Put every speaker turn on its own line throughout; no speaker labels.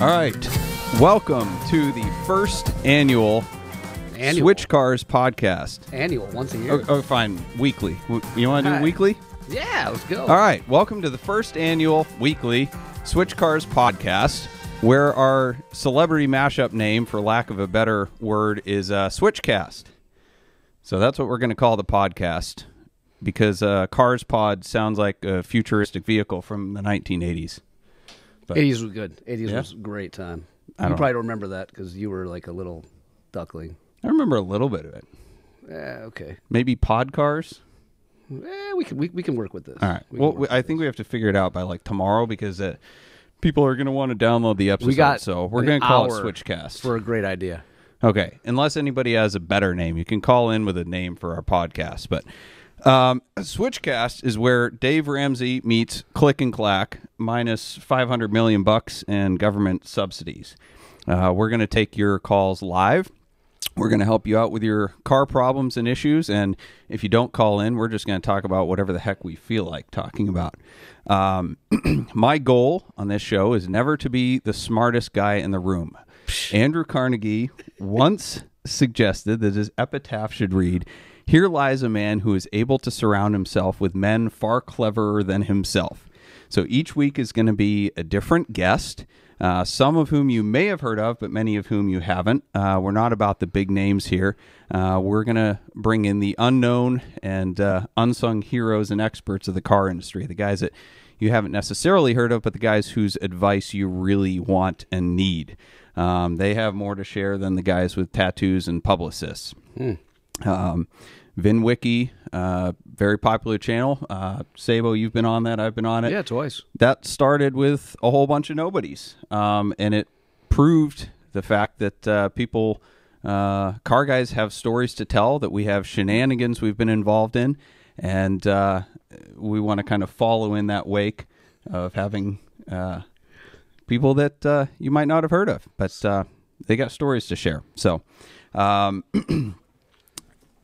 All right. Welcome to the first annual,
Annual.
Switch Cars podcast.
Annual, once a year.
Oh, oh, fine. Weekly. W- You want to do
Hi.
weekly?
Yeah, let's go.
All right. Welcome to the first annual weekly Switch Cars podcast, where our celebrity mashup name, for lack of a better word, is uh, Switchcast. So that's what we're going to call the podcast because uh, Cars Pod sounds like a futuristic vehicle from the 1980s.
80s was good. 80s
Yeah?
was a great time.
I
you
don't-
probably don't remember that because you were like a little duckling.
I remember a little bit of it.
Eh, okay.
Maybe pod cars.
Eh, we can we, we can work with this.
All right.
We can
well,
work
we, I
with
think we have to figure it out by like tomorrow because uh, people are going to want to download the episode.
this. we got
so we're
an
going to call it
hour
Switchcast.
for a great idea.
okay. Unless anybody has a better name, you can call in with a name for our podcast. But um, Switchcast is where Dave Ramsey meets Click and Clack minus 500 million bucks and government subsidies. Uh, we're going to take your calls live. We're going to help you out with your car problems and issues. And if you don't call in, we're just going to talk about whatever the heck we feel like talking about. Um, my goal on this show is never to be the smartest guy in the room. Andrew Carnegie once suggested that his epitaph should read Here lies a man who is able to surround himself with men far cleverer than himself. So each week is going to be a different guest, uh, some of whom you may have heard of, but many of whom you haven't. Uh, we're not about the big names here. Uh, we're going to bring in the unknown and uh, unsung heroes and experts of the car industry, the guys that you haven't necessarily heard of, but the guys whose advice you really want and need. Um, they have more to share than the guys with tattoos and publicists. Um, VinWiki, uh, very popular channel. Uh, Sabo, you've been on that. I've been on it
Yeah, twice.
that started with a whole bunch of nobodies, um, and it proved the fact that uh, people, uh, car guys, have stories to tell. That we have shenanigans we've been involved in, and uh, we want to kind of follow in that wake of having uh, people that uh, you might not have heard of, but uh, they got stories to share. So. Um,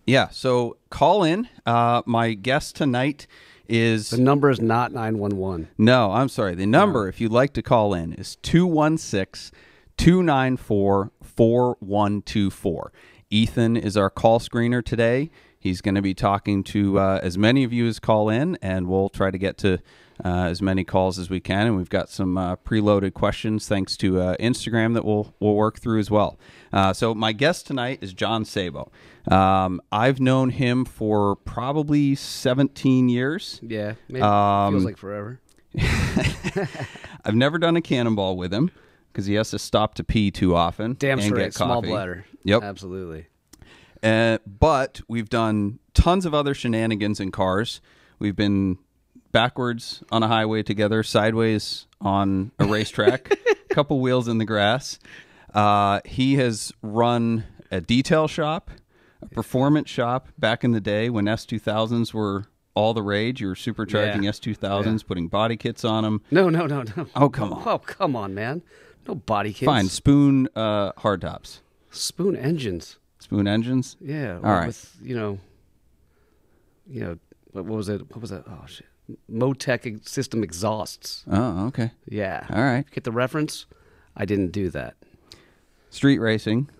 yeah, so call in. Uh, my guest tonight is
The number is not nine one one.
no, I'm sorry. The number, if you'd like to call in, is 216 294 4124. Ethan is our call screener today. He's going to be talking to uh, as many of you as call in, and we'll try to get to uh, as many calls as we can. And we've got some uh, preloaded questions thanks to uh, Instagram that we'll, we'll work through as well. Uh, so, my guest tonight is John Sabo. Um, I've known him for probably 17 years.
Yeah, maybe.
Um,
feels like forever.
I've never done a cannonball with him because he has to stop to pee too often.
Damn
and
straight.
get
Small
coffee.
bladder.
Yep.
Absolutely.
Uh, but we've done tons of other shenanigans in cars. We've been backwards on a highway together, sideways on a racetrack, a couple wheels in the grass. Uh, he has run a detail shop, a performance shop back in the day when S2000s were all the rage. You were supercharging
Yeah.
S2000s, putting body kits on them.
No, no, no, no.
Oh, come on.
Oh, come on, man. No body kids.
Fine, spoon uh, hardtops.
Spoon engines.
Spoon engines.
Yeah.
All right.
With you know, you know, what, what was it? What was that? Oh shit. Motec ex- system exhausts.
Oh, okay.
Yeah.
All right.
Get the reference? I didn't do that.
Street racing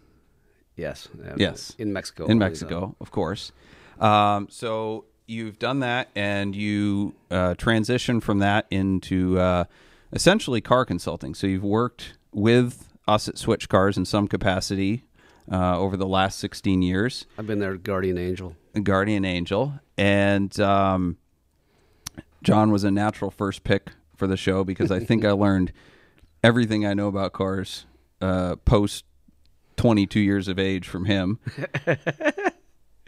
Yes. Uh,
Yes.
In Mexico.
in
only, though.
Mexico, of course. Um, so you've done that, and you uh, transitioned from that into uh, essentially car consulting. So you've worked with us at Switch Cars in some capacity uh, over the last 16 years.
I've been their guardian angel.
guardian angel and um, john was a natural first pick for the show because i think i learned everything i know about cars uh, post 22 years of age from him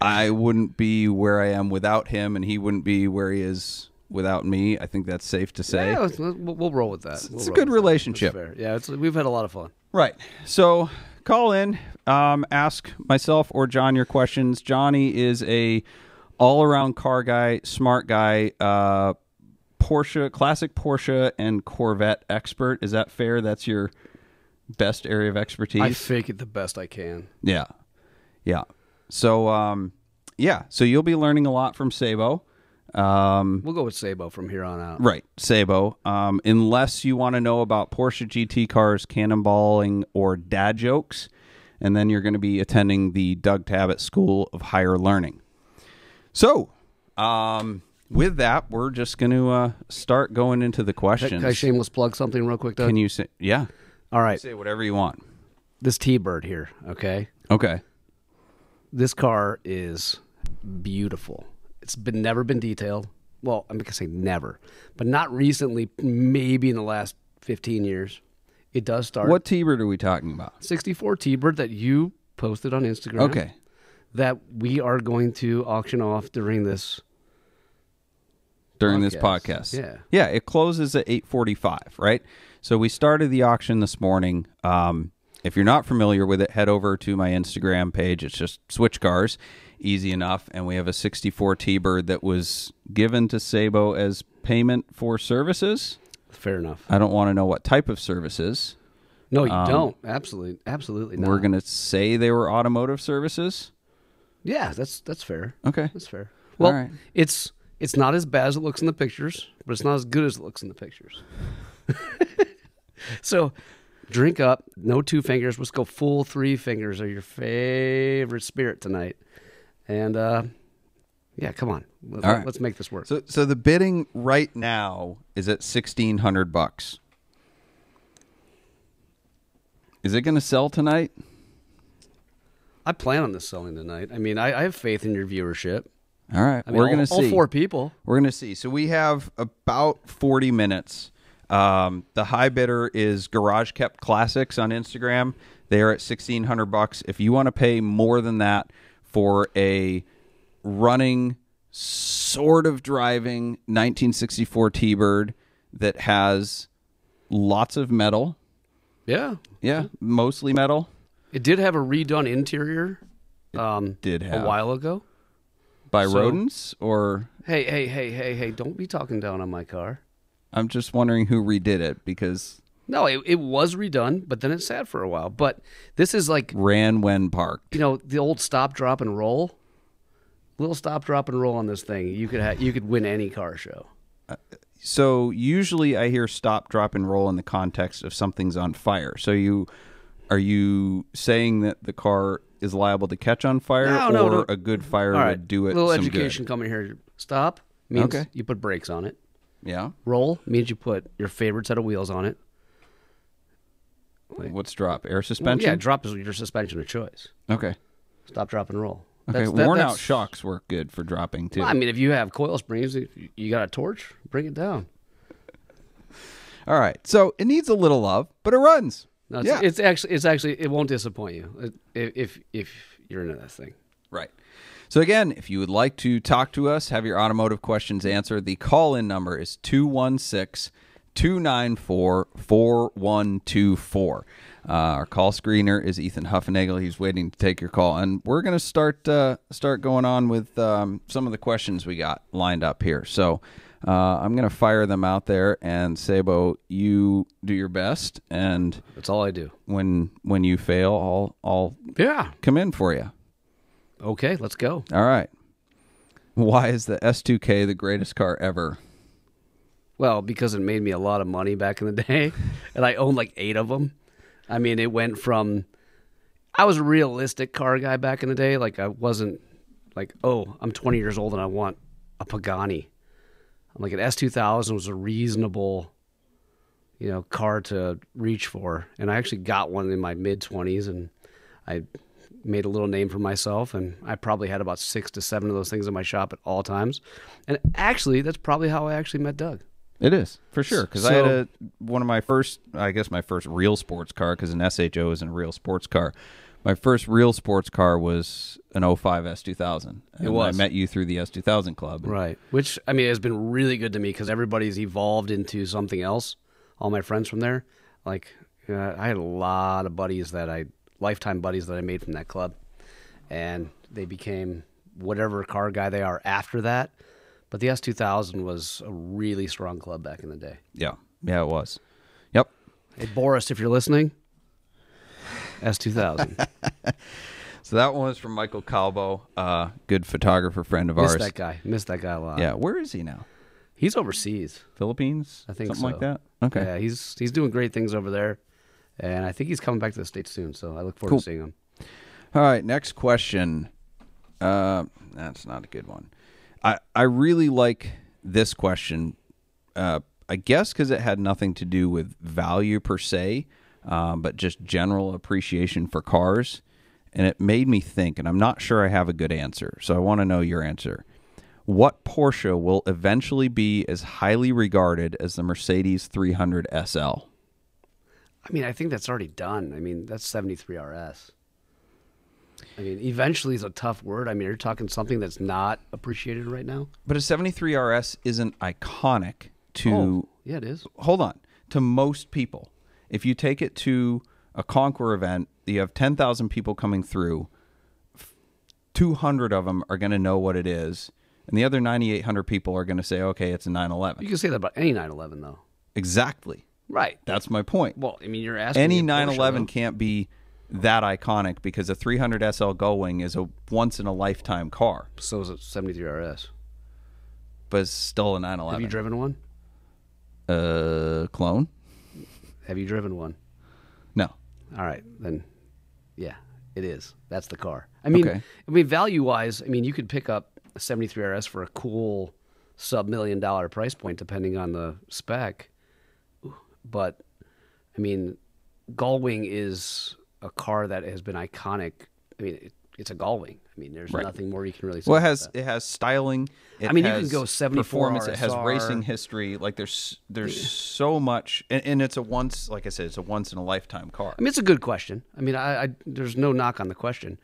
i wouldn't be where i am without him and he wouldn't be where he is without me i think that's safe to say
Yeah, let's- let's- we'll, we'll roll with that. We'll
it's a
roll
good
with that.
relationship
That's fair. Yeah, it's, we've had a lot of fun.
Right. So call in, um, ask myself or John your questions. Johnny is a all-around car guy, smart guy, uh, Porsche, classic Porsche and Corvette expert. Is that fair? That's your best area of expertise.
I fake it the best I can.
Yeah. Yeah. So um yeah, so you'll be learning a lot from Sabo. Um,
We'll go with Sabo from here on out.
right, Sabo. Um, unless you want to know about Porsche GT cars, cannonballing, or dad jokes, and then you're going to be attending the Doug Tabbitt School of Higher Learning. So, um, with that, we're just going to uh, start going into the questions.
Can I shameless plug something real quick, though?
Can you say? Yeah,
All right.
say whatever you want.
This T Bird here, okay?
Okay.
This car is beautiful. It's been never been detailed. Well, I'm going to say never, but not recently, maybe in the last 15 years. It does start.
What T-bird are we talking about?
64 T Bird that you posted on Instagram.
Okay.
That we are going to auction off during this.
during
Podcast.
this podcast.
Yeah.
Yeah, it closes at 8:45, right? So we started the auction this morning. Um if you're not familiar with it, head over to my Instagram page. It's just Switch Cars, easy enough. And we have a 64 T-Bird that was given to Sabo as payment for services.
Fair enough.
I don't want to know what type of services.
No, you don't. Absolutely, absolutely not.
Um, We're going to say they were automotive services.
yeah, that's that's fair.
Okay.
That's fair. Well,
right.
it's it's not as bad as it looks in the pictures, but it's not as good as it looks in the pictures. so, drink up. No two fingers. Let's go full three fingers of your favorite spirit tonight. And uh, yeah, come on. Let,
All right.
Let's make this work.
So so the bidding right now is at 1600 bucks. Is it going to sell tonight?
I plan on this selling tonight. I mean, I, I have faith in your viewership.
All right,
I mean,
we're
all-
gonna
all
see.
four people.
We're gonna see. So we have about forty minutes. Um, the high bidder is Garage Kept Classics on Instagram. They are at sixteen hundred bucks. If you want to pay more than that for a running, sort of driving nineteen sixty four T Bird that has lots of metal,
Yeah.
yeah, mostly metal.
It did have a redone interior. Um,
did have.
a while ago.
by rodents or
Hey, hey, hey, hey, hey! Don't be talking down on my car.
I'm just wondering who redid it because
No, it, it was redone, but then it sat for a while. But this is like
ran when parked.
you know the old stop, drop, and roll. Little stop, drop, and roll on this thing. You could ha- you could win any car show.
So usually I hear stop, drop, and roll in the context of something's on fire. So you are you saying that the car is liable to catch on fire
No,
or
no, no.
a good fire
All
would do it
Little
some
education coming here. Stop means
Okay.
you put brakes on it.
good? Yeah.
Roll means you put your favorite set of wheels on it.
What's drop? Air
Yeah,
suspension?
drop is your suspension of choice.
Okay.
Stop, drop, and roll.
Okay.
That's- that-
Worn out
that's-
shocks work good for dropping too.
I mean, if you have coil springs, if you- you got a torch, bring it down.
All right. So it needs a little love, but it runs.
No, it's,
yeah.
it's actually it's actually it won't disappoint you i- if if you're into that thing.
Right. So, again, if you would like to talk to us, have your automotive questions answered, the call in number is 216 294 4124. Uh, Our call screener is Ethan Huffenagel. He's waiting to take your call. And we're going to start uh, start going on with um, some of the questions we got lined up here. So, uh, I'm going to fire them out there. And, Sabo, you do your best. And
That's all I do.
when when you fail, I'll, I'll
Yeah.
come in for you.
Okay, let's go.
All right. Why is the S2K the greatest car ever?
Well, because it made me a lot of money back in the day, and I owned like eight of them. I mean, it went from I was a realistic car guy back in the day. Like I wasn't like, oh, I'm 20 years old and I want a Pagani. I'm like an S2000 was a reasonable, you know, car to reach for, and I actually got one in my mid 20s, and I made a little name for myself, and I probably had about six to seven of those things in my shop at all times, and actually, that's probably how I actually met Doug.
It is for sure because I had
So-
a, one of my first, I guess, my first real sports car because an SHO isn't a real sports car. My first real sports car was an 05 S2000. And
was.
I met you through the S2000 club.
Right. Which I mean has been really good to me because everybody's evolved into something else. All my friends from there, like uh, I had a lot of buddies that I lifetime buddies that I made from that club, and they became whatever car guy they are after that. But the S two thousand was a really strong club back in the day.
Yeah. Yeah, it was. Yep.
Hey Boris, if you're listening, S two thousand.
So that one is from Michael Calvo, uh, good photographer friend of
Miss
ours.
that guy. Miss that guy a lot.
Yeah, where is he now?
He's overseas.
Philippines?
I think
something like
so.
that. Okay.
Yeah, he's he's doing great things over there, and I think he's coming back to the states soon. So I look forward
Cool.
to seeing him.
All right, next question. Uh, that's not a good one. I I really like this question. Uh, I guess because it had nothing to do with value per se, um, but just general appreciation for cars, and it made me think. And I'm not sure I have a good answer, so I want to know your answer. What Porsche will eventually be as highly regarded as the Mercedes 300 SL?
I mean, I think that's already done. I mean, that's 73 RS. I mean, eventually is a tough word. I mean, you're talking something that's not appreciated right now.
But a 73 RS isn't iconic to
Oh, Yeah, it is.
hold on to most people if you take it to a conquer event you have 10,000 people coming through f- 200 of them are going to know what it is and the other 9800 people are going to say okay it's a
You
911
can say that about any 911, though.
exactly
Right.
that's my point
Well, I mean, you're asking
any
me a Porsche,
911
though.
can't be that iconic because a 300 SL going is a once in a lifetime car
So is a 73 RS.
but it's still a
Have you
911
driven one?
uh clone
Have you driven one?
no
All right, then, yeah, it is. That's the car. I mean,
Okay.
I mean, value wise, I mean, you could pick up a '73 RS for a cool sub million dollar price point, depending on the spec. But I mean, Gullwing is a car that has been iconic. I mean, it, it's a Gullwing. I mean, there's nothing more you can really say.
Well, it
about
has it has styling. It
I mean, you can
has
go 74
performance. It has
RSR.
racing history. Like there's there's so much, and, and it's a once, like I said, it's a once in a lifetime car.
I mean, it's a good question. I mean, I, I there's no knock on the question.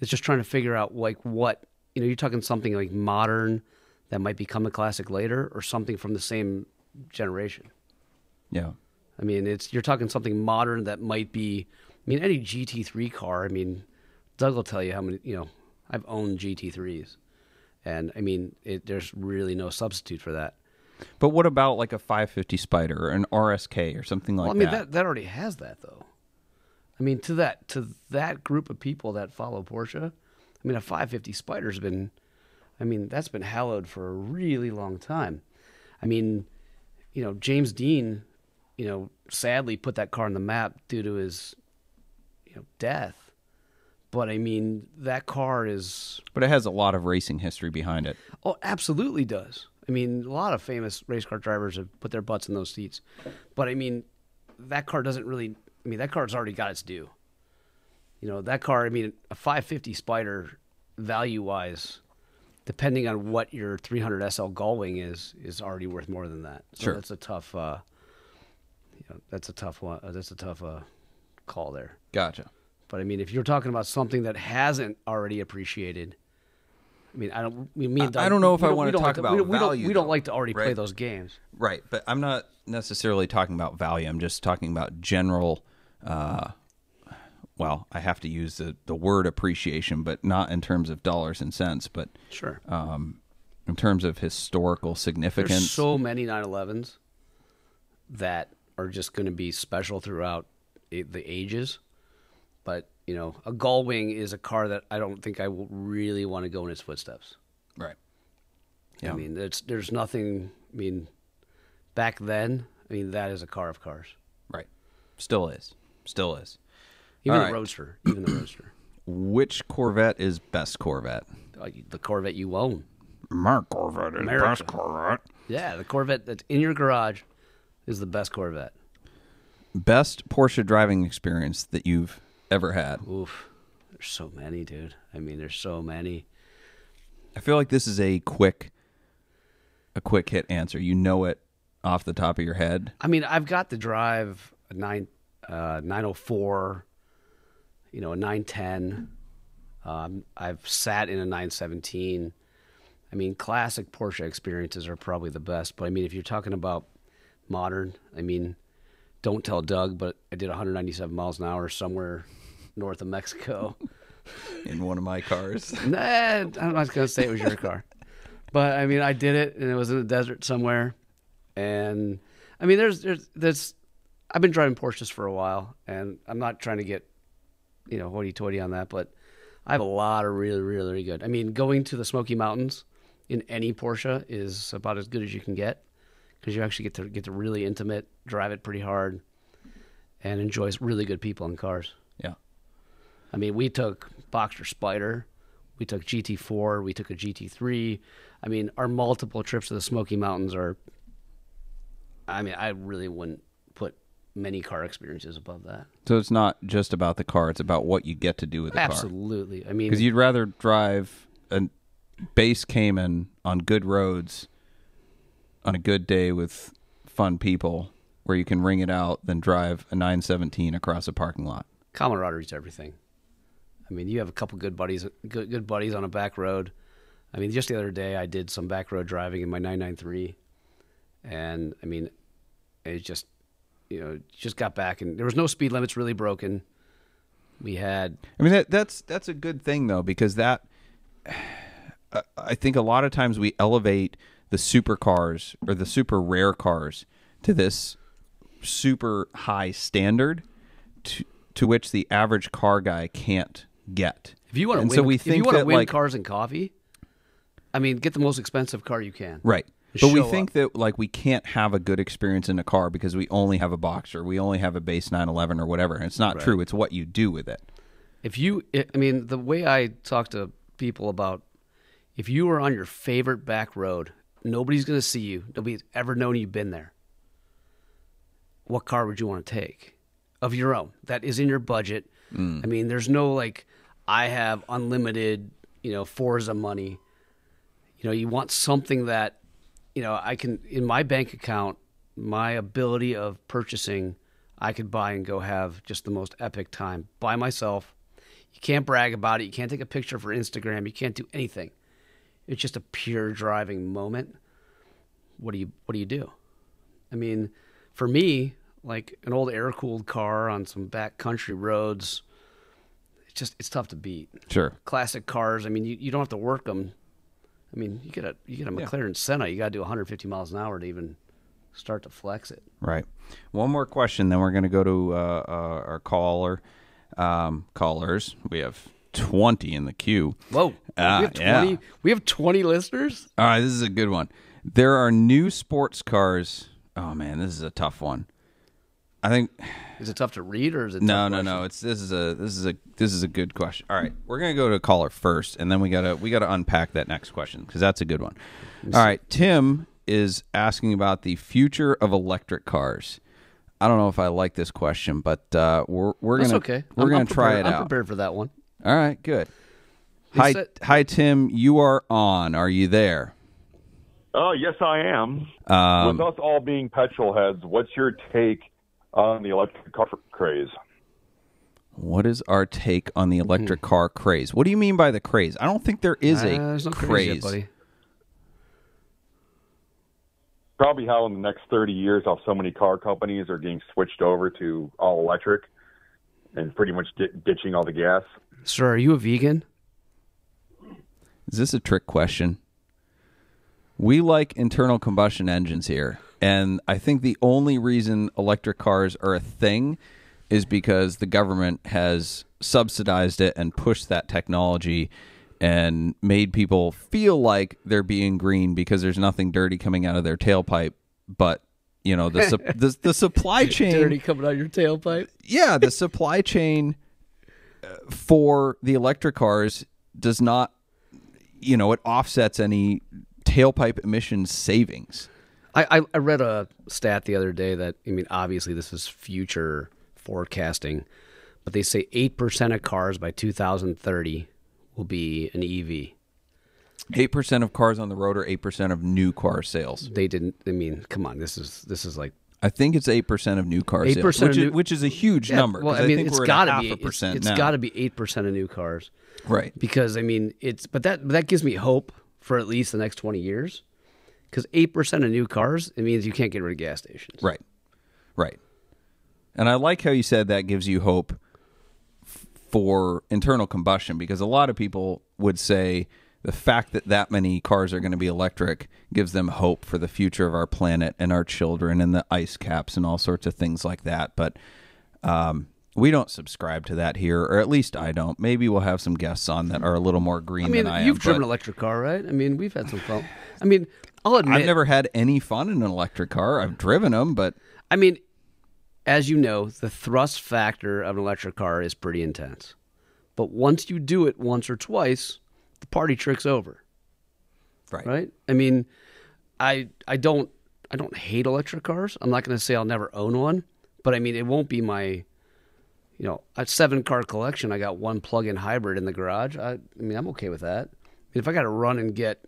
It's just trying to figure out like what you know. You're talking something like modern that might become a classic later, or something from the same generation.
Yeah,
I mean, it's you're talking something modern that might be. I mean, any GT3 car. I mean, Doug will tell you how many. You know, I've owned GT3s, and I mean, it, there's really no substitute for that.
but what about like a 550 Spider or an RSK or something like
Well, I mean,
that?
that that already has that though. I mean, to that to that group of people that follow Porsche, I mean, a 550 Spider's been, I mean, that's been hallowed for a really long time. I mean, you know, James Dean, you know, sadly put that car on the map due to his, you know, death. But I mean, that car is
But it has a lot of racing history behind it.
Oh, absolutely does. I mean, a lot of famous race car drivers have put their butts in those seats. But I mean, that car doesn't really. I mean, that car's already got its due. You know, that car, I mean, a 550 Spider, value wise, depending on what your 300 SL Gullwing is, is already worth more than that. So
Sure.
that's a tough, uh, you know, that's a tough one. uh, That's a tough uh, call there.
Gotcha.
But I mean, if you're talking about something that hasn't already appreciated, I mean, I don't. We mean,
I- I don't know if I wanna talk
to,
about
we don't, we don't-
value,
We don't
though,
like to already play
right?
those games.
Right, but I'm not necessarily talking about value. I'm just talking about general. Uh, well, I have to use the the word appreciation, but not in terms of dollars and cents, but
Sure.
um, in terms of historical significance.
There's so many 911s that are just going to be special throughout i- the ages. But you know, a Gullwing is a car that I don't think I will really want to go in its footsteps.
Right.
I mean, it's there's nothing. I mean, back then, I mean, that is a car of cars.
Right. Still is. Still is.
Even
All
the
right.
Roadster, even the Roadster,
Which Corvette is best Corvette?
Uh, the Corvette you own.
My Corvette is
America.
best Corvette.
Yeah, the Corvette that's in your garage is the best Corvette.
Best Porsche driving experience that you've ever had.
Oof. There's so many, dude. I mean, there's so many.
I feel like this is a quick a quick hit answer. You know it off the top of your head.
I mean, I've got to drive a 9 uh 904, you know, a 910. Um, I've sat in a 917. I mean, classic Porsche experiences are probably the best, but I mean, if you're talking about modern, I mean, don't tell Doug, but I did 197 miles an hour somewhere north of Mexico.
In one of my cars.
Nah, I'm not gonna say it was your car, but I mean, I did it, and it was in the desert somewhere. And I mean, there's there's there's I've been driving Porsches for a while, and I'm not trying to get you know hoity-toity on that, but I have a lot of really, really, really good. I mean, going to the Smoky Mountains in any Porsche is about as good as you can get because you actually get to get to really intimate, drive it pretty hard, and enjoy really good people and cars.
Yeah.
I mean, we took Boxer Spider, we took GT4, we took a GT3. I mean, our multiple trips to the Smoky Mountains are. I mean, I really wouldn't put many car experiences above that.
So it's not just about the car; it's about what you get to do with the car.
Absolutely. I mean,
Because you'd rather drive a base Cayman on good roads on a good day with fun people where you can ring it out than drive a 917 across a parking lot.
camaraderie's everything. I mean, you have a couple good buddies, good, good buddies on a back road. I mean, just the other day, I did some back road driving in my 993, and I mean, it just, you know, just got back, and there was no speed limits really broken. We had
I mean that that's that's a good thing though because that I- I think a lot of times we elevate the supercars or the super rare cars to this super high standard to to which the average car guy can't get.
If you want to
And
win,
so we
if you
think
want to
that,
win
like-
cars and coffee, I mean, get the most expensive car you can.
Right.
And
But we
show
think that like we can't have a good experience in a car because we only have a boxer, we only have a base 911 or whatever. And it's not true. It's what you do with it.
If you, I I mean, the way I talk to people about if you are on your favorite back road, nobody's going to see you. Nobody's ever known you've been there. What car would you want to take of your own that is in your budget? I mean, there's no like, I have unlimited, you know, Forza money. You know, you want something that, you know, I can, in my bank account, my ability of purchasing, I could buy and go have just the most epic time by myself. You can't brag about it. You can't take a picture for Instagram. You can't do anything. It's just a pure driving moment. What do you, what do you do? I mean, for me, like an old air cooled car on some back country roads, it's just, it's tough to beat
Sure.
classic cars. I mean, you, you don't have to work them. I mean, you get a you get a McLaren Senna. You got to do 150 miles an hour to even start to flex it.
Right. One more question, then we're going to go to uh, uh, our caller um, callers. We have twenty in the queue.
Whoa,
Ah,
we have 20.
yeah.
We have 20 listeners.
All right, this is a good one. There are new sports cars. Oh man, this is a tough one. I think
Is it tough to read or is it?
no,
tough
no,
question?
no. It's this is a this is a this is a good question. All right, we're gonna go to a caller first, and then we gotta we gotta unpack that next question because that's a good one. All right, Tim is asking about the future of electric cars. I don't know if I like this question, but uh, we're we're
That's
gonna
okay.
we're
I'm-
gonna
I'm
try
prepared-
it
I'm
out.
prepared for that one.
All right, good. Hi,
said-
hi, Tim. You are on. Are you there?
Oh, yes, I am.
Um,
With us all being petrol heads, what's your take on the electric car craze?
What is our take on
Mm-hmm.
the electric car craze? What do you mean by the craze? I don't think there is a
Ah, there's no
craze.
craze yet, buddy.
Probably how in the next 30 years, how so many car companies are getting switched over to all electric and pretty much di- ditching all the gas.
Sir, are you a vegan?
Is this a trick question? We like internal combustion engines here, and I think the only reason electric cars are a thing is because the government has subsidized it and pushed that technology and made people feel like they're being green because there's nothing dirty coming out of their tailpipe, but you know the sup- the, the supply chain
Dirty coming out of your tailpipe.
yeah, the supply chain uh, for the electric cars does not, you know, it offsets any tailpipe emissions savings.
I, I, I read a stat the other day that I mean, obviously this is future forecasting, but they say eight percent of cars by 2030 will be an E EV.
8% of cars on the road are 8% of new car sales.
They didn't. I mean, come on. This is this is like
I think it's 8% of new car sales,
8% of
which,
new-
is, which is a huge number.
Well,
'cause
I mean,
think
it's
we're at a
gotta
half
be
a percent
it's,
now.
it's gotta be eight percent of new cars
Right.
because I mean it's but that but that gives me hope for at least the next twenty years because eight percent of new cars it means you can't get rid of gas stations.
Right. Right. And I like how you said that gives you hope f- for internal combustion because a lot of people would say the fact that that many cars are going to be electric gives them hope for the future of our planet and our children and the ice caps and all sorts of things like that. But um, We don't subscribe to that here, or at least I don't. Maybe we'll have some guests on that are a little more green
I mean,
than I
you've
am.
driven
but
an electric car, right? I mean, we've had some fun. I mean, I'll admit,
I've never had any fun in an electric car. I've driven them, but
I mean, as you know, the thrust factor of an electric car is pretty intense. But once you do it once or twice, the party trick's over.
Right.
Right? I mean, I I don't I don't hate electric cars. I'm not going to say I'll never own one, but I mean, it won't be my you know, a seven car collection. I got one plug-in hybrid in the garage. I, I mean, I'm okay with that. If I got to run and get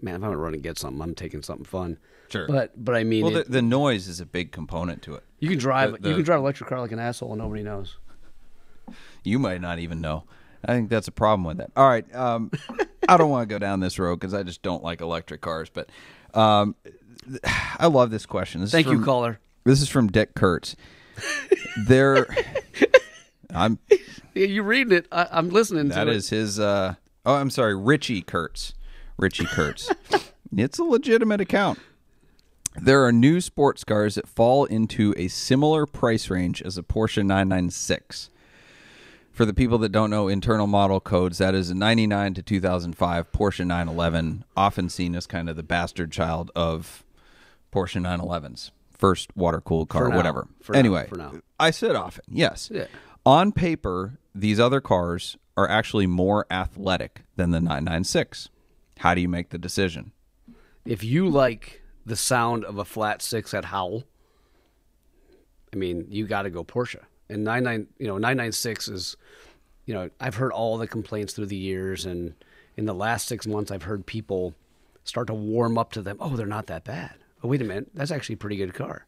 man, if I'm going to run and get something, I'm taking something fun.
Sure.
But but I mean,
well,
it-
the, the noise is a big component to it.
you can drive.
The-
you
the-
can drive an electric car like an asshole, and nobody knows.
You might not even know. I think that's a problem with that. All right. Um, I don't want to go down this road because I just don't like electric cars. But um, th- I love this question. This is
Thank you,
from-
caller.
This is from Dick Kurtz. there, I'm.
Yeah, you reading it? I, I'm listening.
That
to it.
is his. Uh, oh, I'm sorry, Richie Kurtz. Richie Kurtz. it's a legitimate account. There are new sports cars that fall into a similar price range as a Porsche 996. For the people that don't know internal model codes, that is a 99 to 2005 Porsche 911, often seen as kind of the bastard child of Porsche 911s. First water cooled car,
For now.
whatever.
For now.
anyway,
For now.
I said often, yes.
Yeah.
On paper, these other cars are actually more athletic than the 996. How do you make the decision?
If you like the sound of a flat six at Howl, I mean, you got to go Porsche. And nine nine, you know, nine nine six is, you know, I've heard all the complaints through the years, and in the last six months, I've heard people start to warm up to them. Oh, they're not that bad. Oh, wait a minute, that's actually a pretty good car.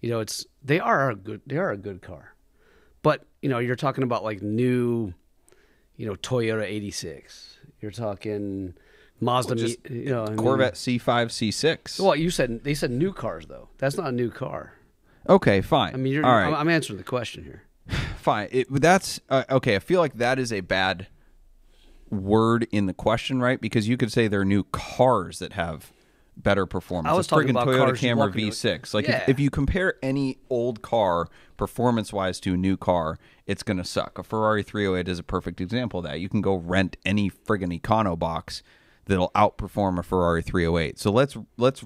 You know, it's they are a good they are a good car, but you know, you're talking about like new, you know, Toyota eighty six. You're talking Mazda,
just
Mi- you know, I mean-
Corvette C5, C6.
well, you said they said new cars though. That's not a new car.
okay, fine.
I mean, you're,
all
I'm,
right,
I'm answering the question here.
fine. It, that's uh, okay. I feel like that is a bad word in the question, right? Because you could say there are new cars that have better performance.
I was
a
talking
friggin'
about
Toyota
cars you
Camry
walk into-
V6. Like
Yeah.
if, if you compare any old car performance-wise to a new car, it's going to suck. A Ferrari 308 is a perfect example of that. You can go rent any friggin' Econo box that'll outperform a Ferrari 308. So let's let's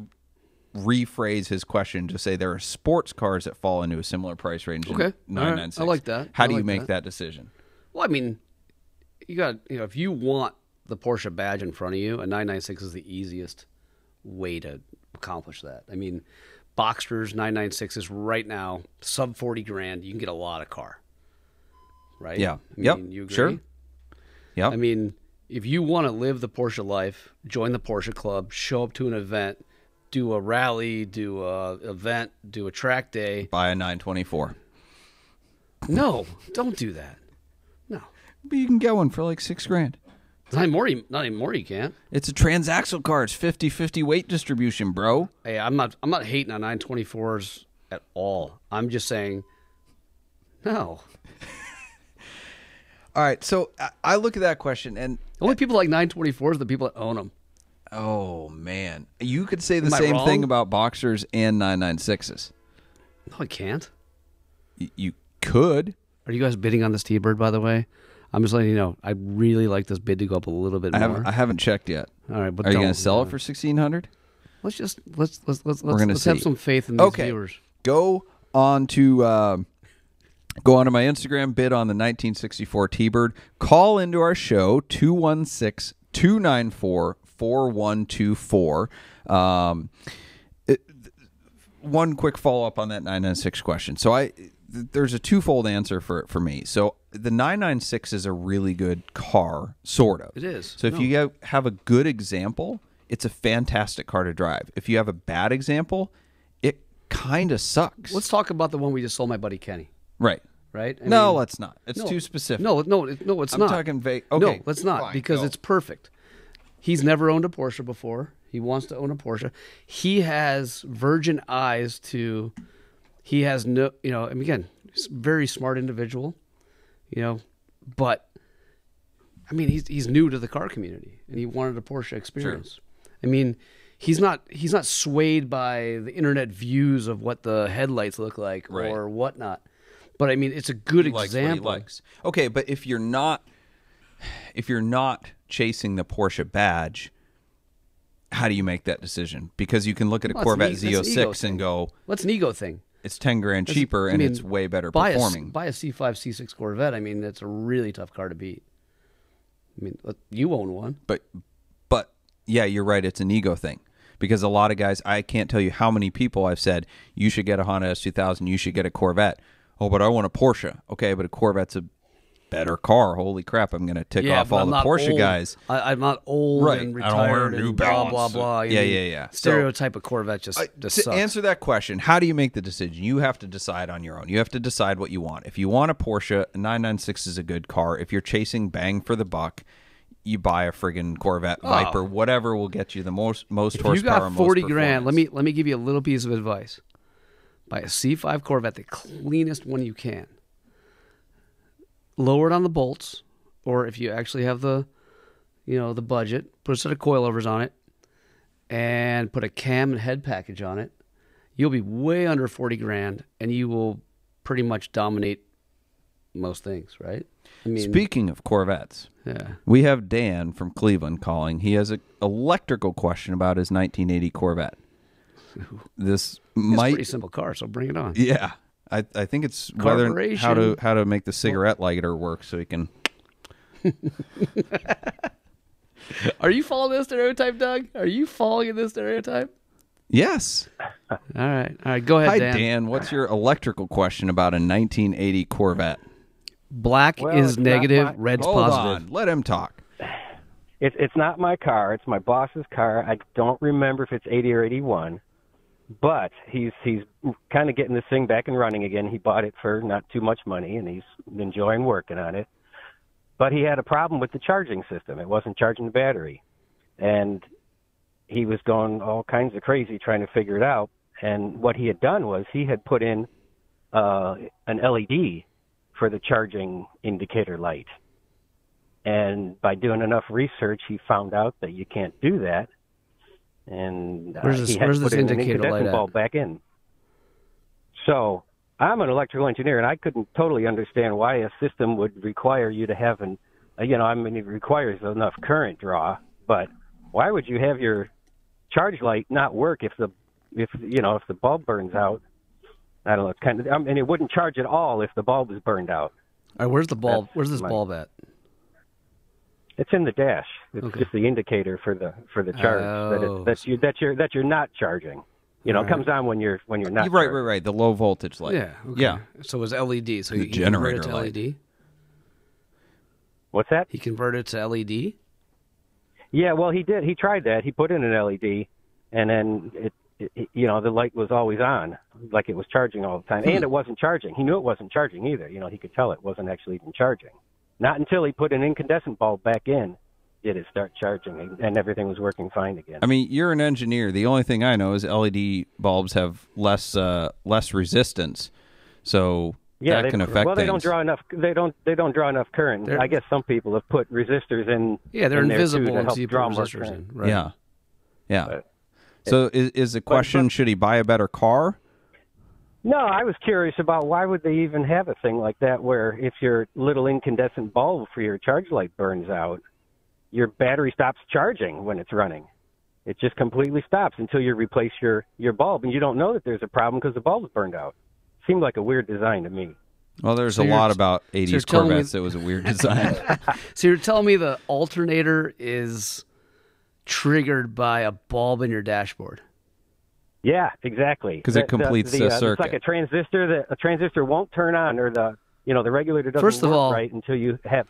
rephrase his question to say there are sports cars that fall into a similar price range
Okay. All right.
in 996.
I like that.
How
I
do you
like
make
that.
that decision?
Well, I mean, you got you know if you want the Porsche badge in front of you, a 996 is the easiest way to accomplish that. I mean, Boxster's 996 is right now sub 40 grand. You can get a lot of car, right?
Yeah.
I
Yep.
mean, You agree?
Sure. Yep.
I mean, if you want to live the Porsche life, join the Porsche Club, show up to an event, do a rally, do a event, do a track day.
Buy a 924.
No, don't do that. No,
But you can get one for like six grand.
not anymore. You, not anymore. You can't.
It's a transaxle car. It's 50 50 weight distribution, bro.
Hey, I'm not. I'm not hating on 924s at all. I'm just saying, no.
All right. So I- I look at that question and,
The only people like 924s are the people that own them.
oh, man. You could say the
Am I
same
wrong?
thing about boxers and 996s.
No, I can't.
Y- you could.
Are you guys bidding on this T-bird? By the way, I'm just letting you know. I really like this bid to go up a little bit
I
more.
haven't, I haven't checked yet.
all right, but
Are you
don't-
going to sell it for 1600
Let's just let's let's let's
We're
let's,
gonna
let's have
see.
some faith in these
Okay.
viewers.
Go on to. um Go on to my Instagram, bid on the 1964 T Bird. Call into our show, 216 294 4124. Um, one quick follow up on that 996 question. So I th- there's a twofold answer for it for me. So the 996 is a really good car, sort of.
It is.
So if you have, have a good example, it's a fantastic car to drive. If you have a bad example, it kind of sucks.
Let's talk about the one we just sold my buddy Kenny,
right.
right? I
no,
mean-
let's not. It's
No.
too specific.
No, no, it- no, it's
I'm
not.
talking vague-
no,
okay,
let's not
fine,
because
go.
it's perfect. He's never owned a Porsche before. He wants to own a Porsche. He has virgin eyes to. He has no, you know, and again, he's a very smart individual, you know, but I mean, he's he's new to the car community and he wanted a Porsche experience. I mean, he's not he's not swayed by the internet views of what the headlights look like
Right.
or whatnot. But I mean, it's a good
He likes what he
example.
likes.
Okay, but if you're not if you're not chasing the Porsche badge, how do you make that decision? Because you can look at a
Well, it's
Corvette
an e- that's an ego
Z06
thing.
and go,
What's an ego thing?
it's 10 grand cheaper
I
and
mean,
it's way better
buy a-
performing.
buy a C5, C6 Corvette. I mean, that's a really tough car to beat. I mean, look, you own one.
but but yeah, you're right, it's an ego thing. Because a lot of guys, I can't tell you how many people I've said, you should get a Honda S2000, you should get a Corvette. Oh, but I want a Porsche. Okay, but a Corvette's a better car. Holy crap, I'm going to tick off
but
all
I'm
the
not
Porsche
old.
guys.
I, I'm not old
Right.
and
I
retired.
don't wear
and
New
blah, blah blah
Balance.
You
Yeah,
know,
yeah, yeah. So-
Stereotype of Corvette just, just
to
sucks.
answer that question, how do you make the decision? You have to decide on your own. You have to decide what you want. If you want a Porsche, a 996 is a good car. If you're chasing bang for the buck, you buy a friggin' Corvette, Viper, whatever will get you the most most
Oh. if
horsepower.
you got
most
40 grand,
performance.
let me let me give you a little piece of advice. Buy a C5 Corvette, the cleanest one you can. Lower it on the bolts, or if you actually have the, you know, the budget, put a set of coilovers on it, and put a cam and head package on it. You'll be way under 40 grand, and you will pretty much dominate most things, right? I mean,
Speaking of Corvettes,
yeah.
we have Dan from Cleveland calling. He has an electrical question about his 1980 Corvette. This
It's a
might
pretty simple car, so bring it on.
Yeah, I I think it's whether how to
Carburation.
how to make the cigarette lighter work so he can.
Are you following this stereotype, Doug? Are you following this stereotype?
Yes.
All right, all right. Go ahead,
Hi
Dan.
Dan. What's your electrical question about a 1980 Corvette?
Black
Well,
is
it's not
negative.
black.
Red's
Hold
positive.
on, let him talk.
It's it's not my car. It's my boss's car. I don't remember if it's eighty or eighty one, but he's he's kind of getting this thing back and running again. He bought it for not too much money, and he's enjoying working on it. But he had a problem with the charging system. It wasn't charging the battery, and he was going all kinds of crazy trying to figure it out. And what he had done was he had put in uh, an LED for the charging indicator light. And by doing enough research, he found out that you can't do that. And uh,
Where's this-
he had
where's
to
this
put in an
indicator light
incandescent
at?
bulb back in. So I'm an electrical engineer, and I couldn't totally understand why a system would require you to have an, uh, you know, I mean, it requires enough current draw, but why would you have your charge light not work if the, if you know, if the bulb burns out? I don't know. It's kind of, I mean, it wouldn't charge at all if the bulb was burned out.
All right, where's the ball?
That's
Where's this
my-
bulb at?
It's in the dash. It's
Okay.
just the indicator for the for the charge that
Oh.
it, that you that you're that you're not charging. You know, it comes on when you're when you're not.
You're right,
charging.
right, right. The low voltage light.
Yeah. Okay.
Yeah.
So it was LED. So
The
he he converted
generator
to
light.
LED.
What's that?
He converted to E LED.
Yeah, well, he did. He tried that. He put in an LED, and then it, it you know, the light was always on, like it was charging all the time,
Hmm.
and it wasn't charging. He knew it wasn't charging either. You know, he could tell it wasn't actually even charging. Not until he put an incandescent bulb back in did it start charging, and, and everything was working fine again.
I mean, you're an engineer. The only thing I know is LED bulbs have less uh, less resistance, so that
they-
can affect
well, they don't
things.
draw enough. They don't. They don't draw enough current.
They're-
I guess some people have put resistors in.
Yeah, they're
in there, too, to
invisible
help
until you put
draw more
resistors
current.
in. Right.
Yeah, yeah. so is, is the question: Should he buy a better car?
No, I was curious about why would they even have a thing like that where if your little incandescent bulb for your charge light burns out, your battery stops charging when it's running. It just completely stops until you replace your your bulb, and you don't know that there's a problem because the bulb's burned out. Seemed like a weird design to me.
Well, there's
So
a
you're-
lot about
you're
80s
telling me-
Corvettes that was a weird design.
So you're telling me the alternator is triggered by a bulb in your dashboard?
Yeah, exactly.
'Cause it
The- the-
completes
the,
the
uh, It's
circuit.
like a transistor that a transistor won't turn on, or the you know the regulator doesn't
First of
work
all-
right until you have.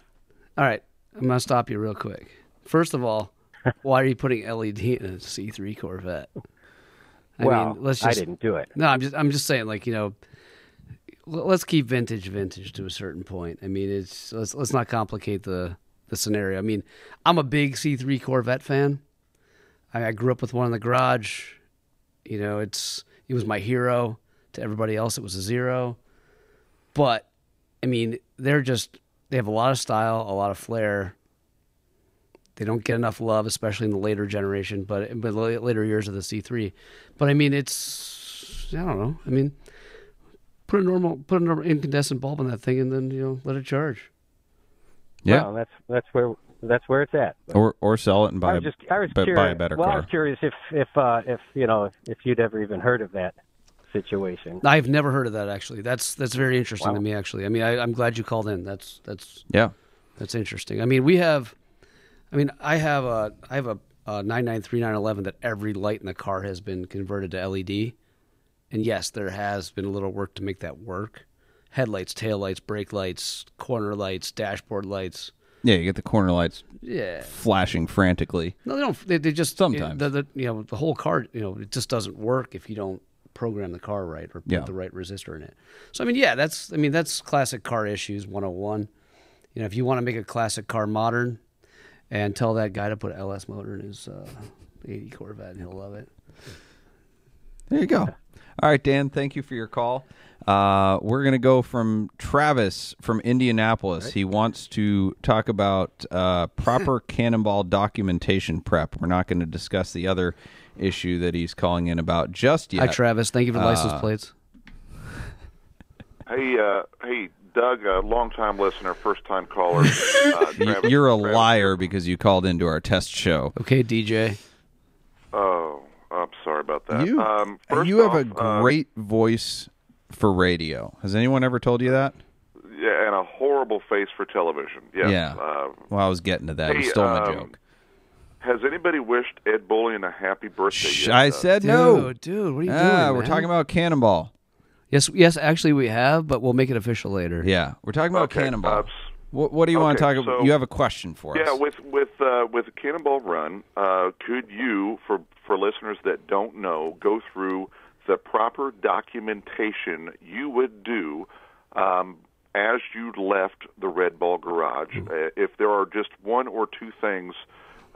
All right, I'm gonna stop you real quick. First of all, why are you putting LED in a C3 Corvette? I
well,
mean, let's
I
just
didn't do it.
No, I'm just I'm just saying, like you know, l- let's keep vintage vintage to a certain point. I mean, it's let's let's not complicate the the scenario. I mean, I'm a big C3 Corvette fan. I, I grew up with one in the garage. You know, it's it was my hero. To everybody else, it was a zero. But I mean, they're just they have a lot of style, a lot of flair. They don't get enough love, especially in the later generation, but but la- later years of the C3. But I mean, it's I don't know. I mean, Put a normal, put a normal incandescent bulb in that thing, and then you know let it charge.
Yeah.
Well, that's that's where that's where it's at.
or or sell it and
I
buy
was just I was
bu-
curious.
buy a better
well, I
car.
was curious if if uh, if you know if, if you'd ever even heard of that situation.
I've never heard of that actually. That's that's very interesting to me actually. I mean, I, I'm glad you called in. That's that's
Yeah.
That's interesting. I mean, we have, I mean, I have a, I have a, a 993911 that every light in the car has been converted to LED. And yes, there has been a little work to make that work. Headlights, tail lights, brake lights, corner lights, dashboard lights.
Yeah, you get the corner lights
Yeah.
flashing frantically.
No, they don't. They, they just
Sometimes.
the, the, you know the whole car. You know, it just doesn't work if you don't program the car right or put
Yeah.
the right resistor in it. So I mean, yeah, that's I mean that's classic car issues 101. You know, if you want to make a classic car modern, and tell that guy to put an LS motor in his uh, 80 Corvette, and he'll love it.
There you go. All right, Dan, thank you for your call. Uh, we're going to go from Travis from Indianapolis. He wants to talk about uh, proper cannonball documentation prep. We're not going to discuss the other issue that he's calling in about just
Hi,
yet.
Travis. Thank you for the license plates.
Hey, uh, hey, Doug, a longtime listener, first time caller. Uh,
Y-
Travis-
You're a
Travis-
liar because you called into our test show.
Okay, DJ.
Oh, I'm sorry about that.
You,
um, first
you have
off,
a great voice for radio. Has anyone ever told you that?
uh, yeah, and a horrible face for television. Yes.
Yeah.
Uh,
Well, I was getting to that. you
Hey,
stole my
um,
joke.
has anybody wished Ed Bullion a happy birthday?
Sh-
yet?
I
Uh,
said no.
dude, dude, what are you
Ah,
doing?
we're
man?
talking about cannonball.
Yes, yes. Actually, we have, but we'll make it official later.
Yeah, we're talking about
Okay,
Cannonball.
uh, s-
what, what do you want to
okay,
talk about?
so-
you have a question for
Yeah,
us.
with with uh, with Cannonball Run, uh, could you, for for listeners that don't know, go through the proper documentation you would do um, as you left the Red Ball Garage? Uh, if there are just one or two things,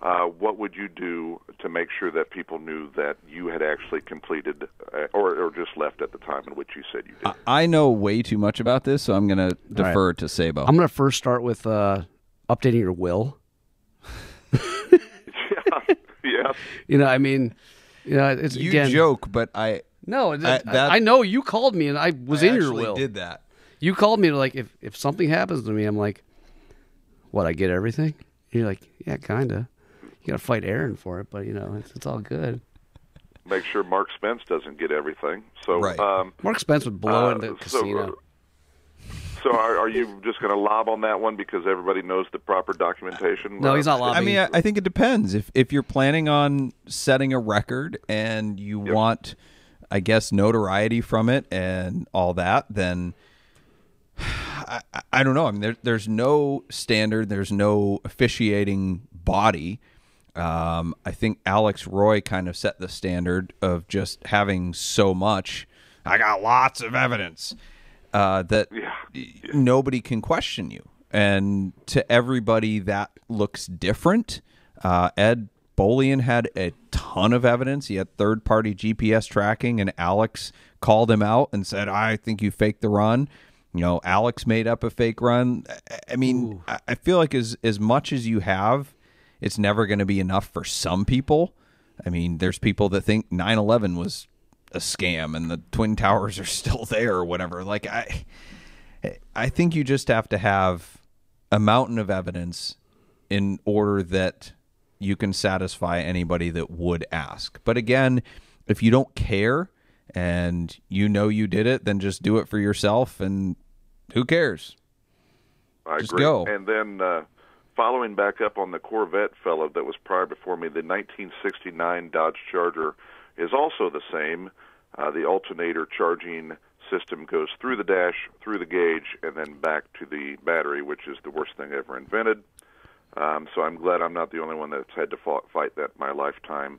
uh, what would you do to make sure that people knew that you had actually completed uh, or, or just left at the time in which you said you did?
I know way too much about this, so I'm going to defer to Sabo.
I'm gonna first start with uh, updating your will.
yeah,
You know, I mean, you know, it's
you
again.
joke, but I,
No, it-
I-
I,
that-
I know you called me and I was
I
in your
actually
will.
did that.
You called me to like if if something happens to me, I'm like, what? I get everything. And you're like, yeah, kinda. You gotta fight Aaron for it, but you know it's, it's all good.
make sure Mark Spence doesn't get everything. So.
Right.
Um,
Mark Spence would blow
Uh,
into the
so,
casino.
So are, are you just going to lob on that one because everybody knows the proper documentation?
no,
Uh,
he's not
I
lobbying.
mean, I, I think it depends. If if you're planning on setting a record and you want, I guess, notoriety from it and all that, then I, I- I don't know. I mean, there, there's no standard. There's no officiating body. Um, I think Alex Roy kind of set the standard of just having so much. I got lots of evidence uh, that nobody can question you. And to everybody, that looks different. Uh, Ed Bolian had a ton of evidence. He had third party GPS tracking, and Alex called him out and said, I think you faked the run. You know, Alex made up a fake run. I- I mean, I I feel like as, as much as you have, it's never going to be enough for some people. I mean, there's people that think 9 11 was a scam and the Twin Towers are still there or whatever. Like, I. I think you just have to have a mountain of evidence in order that you can satisfy anybody that would ask. But again, if you don't care and you know you did it, then just do it for yourself and who cares?
I
just
agree.
go.
And then uh, following back up on the Corvette fellow that was prior before me, the 1969 Dodge Charger is also the same. Uh, the alternator charging system goes through the dash, through the gauge, and then back to the battery, which is the worst thing ever invented. Um, so I'm glad I'm not the only one that's had to fought, fight that in my lifetime.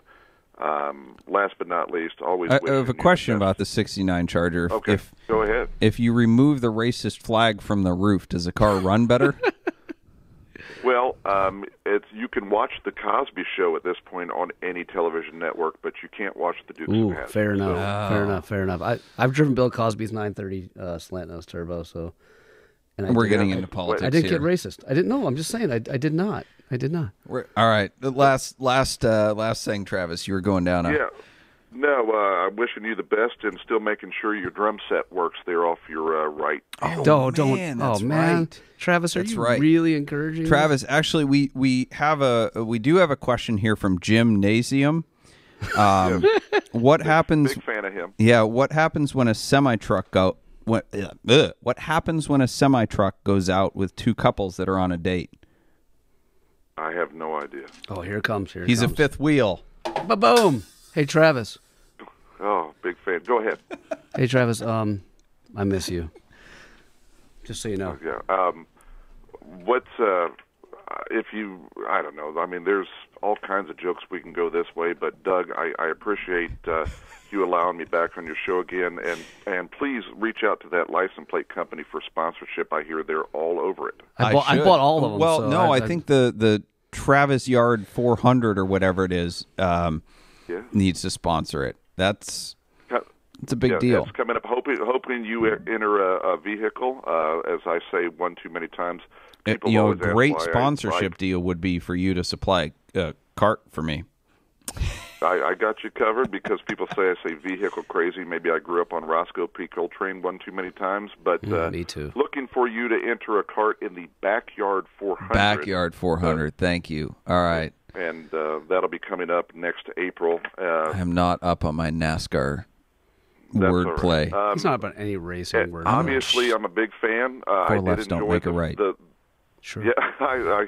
Um, last but not least, always.
I,
wish
I have
you
a
knew
question
the best.
about the 69 Charger. If-
Okay,
If
go ahead.
if you remove the racist flag from the roof, does the car run better?
Well, um, it's you can watch the Cosby Show at this point on any television network, but you can't watch the Dukes
Ooh,
of Hazzard.
fair enough,
So,
fair enough, fair enough. I I've driven Bill Cosby's 930 uh, slant nose turbo, so and I
We're
did
getting
not-
into politics.
I didn't
here.
get racist. I didn't know. I'm just saying. I I did not. I did not.
We're- All right. The last last uh, last thing, Travis, you were going down. A,
yeah. No, uh, I'm wishing you the best and still making sure your drum set works there off your uh, right.
Oh,
oh, don't.
that's
oh man,
right.
Travis, are
That's
you
right.
really encouraging? me?
Travis, actually, we we have a we do have a question here from Gymnasium. Um, what happens?
Big fan of him.
Yeah, what happens when a semi truck go? What ugh, ugh. what happens when a semi truck goes out with two couples that are on a date?
I have no idea.
Oh, here it comes. Here it
He's a
comes.
fifth wheel.
Ba boom. Hey Travis.
Oh, big fan. Go ahead.
Hey Travis. Um, I miss you. Just so you know.
Yeah. Um, what's uh, if you? I don't know. I mean, there's all kinds of jokes we can go this way, but Doug, I, I appreciate uh, you allowing me back on your show again, and and please reach out to that license plate company for sponsorship. I hear they're all over it.
I bought, I
should.
bought all of them.
Well,
so
no, I, think the the Travis Yard 400 or whatever it is um,
Yeah.
needs to sponsor it. That's
Co-
it's a big
yeah,
deal.
It's coming up. Hoping, hoping you e, enter a, a vehicle. Uh, as I say one too many times,
It-
people
Eh, you know, a
always ask
great
why I-
sponsorship deal would be for you to supply a cart for me.
I, I got you covered because people say I say vehicle crazy. Maybe I grew up on Roscoe P. Coltrane one too many times, but uh,
me too.
Looking for you to enter a cart in the backyard 400,
Backyard 400. Thank you. All right.
and uh, that'll be coming up next April. Uh,
I'm not up on my NASCAR
that's
wordplay.
all right. Um,
it's not about any racing word.
obviously, I'm a big fan. Uh, I
Four
did
lefts don't
enjoy
make a
the-
right.
the-
sure.
Yeah, I, I,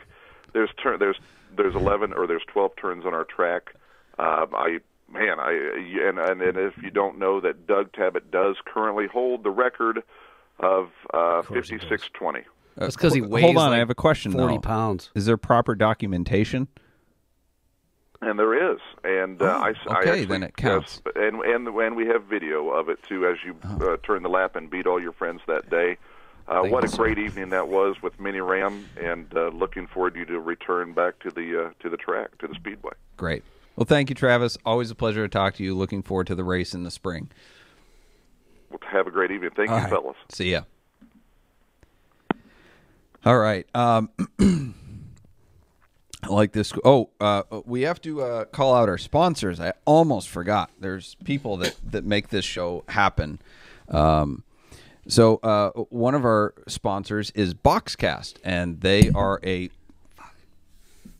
there's turn, there's there's eleven or there's twelve turns on our track. Um, I man, I you- and, and and if you don't know that Doug Tabbitt does currently hold the record of uh,
course he does.
5620.
That's because he
Hold
weighs.
on, I
like
have a question,
Forty
though.
pounds.
Is there proper documentation?
And there is, and uh, I, s-
okay,
I actually,
then it counts.
yes, and and and we have video of it too, as you uh, turn the lap and beat all your friends that day. Uh, what a great evening that was with Mini Ram, and uh, looking forward to you to return back to the uh, to the track to the speedway.
Great. Well, thank you, Travis. Always a pleasure to talk to you. Looking forward to the race in the spring.
Well, have a great evening. Thank
All
you,
right.
fellas.
See ya. All right. Um, I like this. Oh, uh, we have to uh, call out our sponsors. I almost forgot. There's people that that make this show happen. Um, so uh, one of our sponsors is Boxcast, and they are a.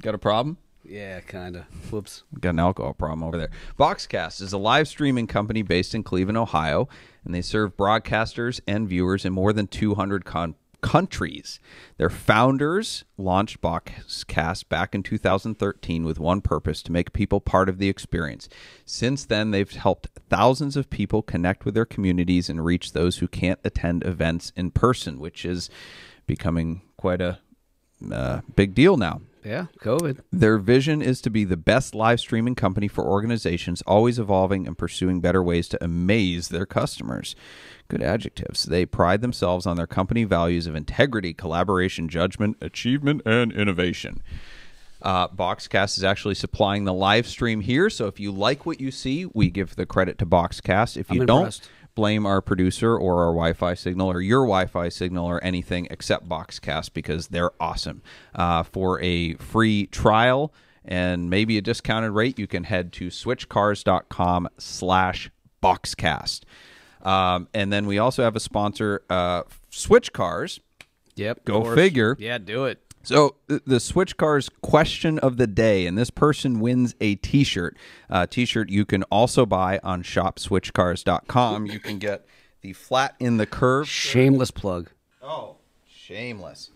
Got a problem?
Yeah, kind of. Whoops.
got an alcohol problem over there. Boxcast is a live streaming company based in Cleveland, Ohio, and they serve broadcasters and viewers in more than 200 con- countries. Their founders launched Boxcast back in 2013 with one purpose to make people part of the experience. Since then, they've helped thousands of people connect with their communities and reach those who can't attend events in person, which is becoming quite a uh, big deal now.
Yeah, COVID.
Their vision is to be the best live streaming company for organizations, always evolving and pursuing better ways to amaze their customers. Good adjectives. They pride themselves on their company values of integrity, collaboration, judgment, achievement, and innovation. Uh, Boxcast is actually supplying the live stream here, so if you like what you see, we give the credit to Boxcast. If you don't,
impressed.
blame our producer or our Wi-Fi signal or your Wi-Fi signal or anything except Boxcast because they're awesome. Uh, for a free trial and maybe a discounted rate, you can head to switchcars.com slash boxcast. Um, and then we also have a sponsor, uh, Switch Cars.
Yep.
Go
of course.
figure.
Yeah, do it.
So th- the Switch Cars question of the day, and this person wins a T-shirt. A T-shirt you can also buy on ShopSwitchCars.com. You can get the flat in the curve.
Shameless plug.
Oh, shameless!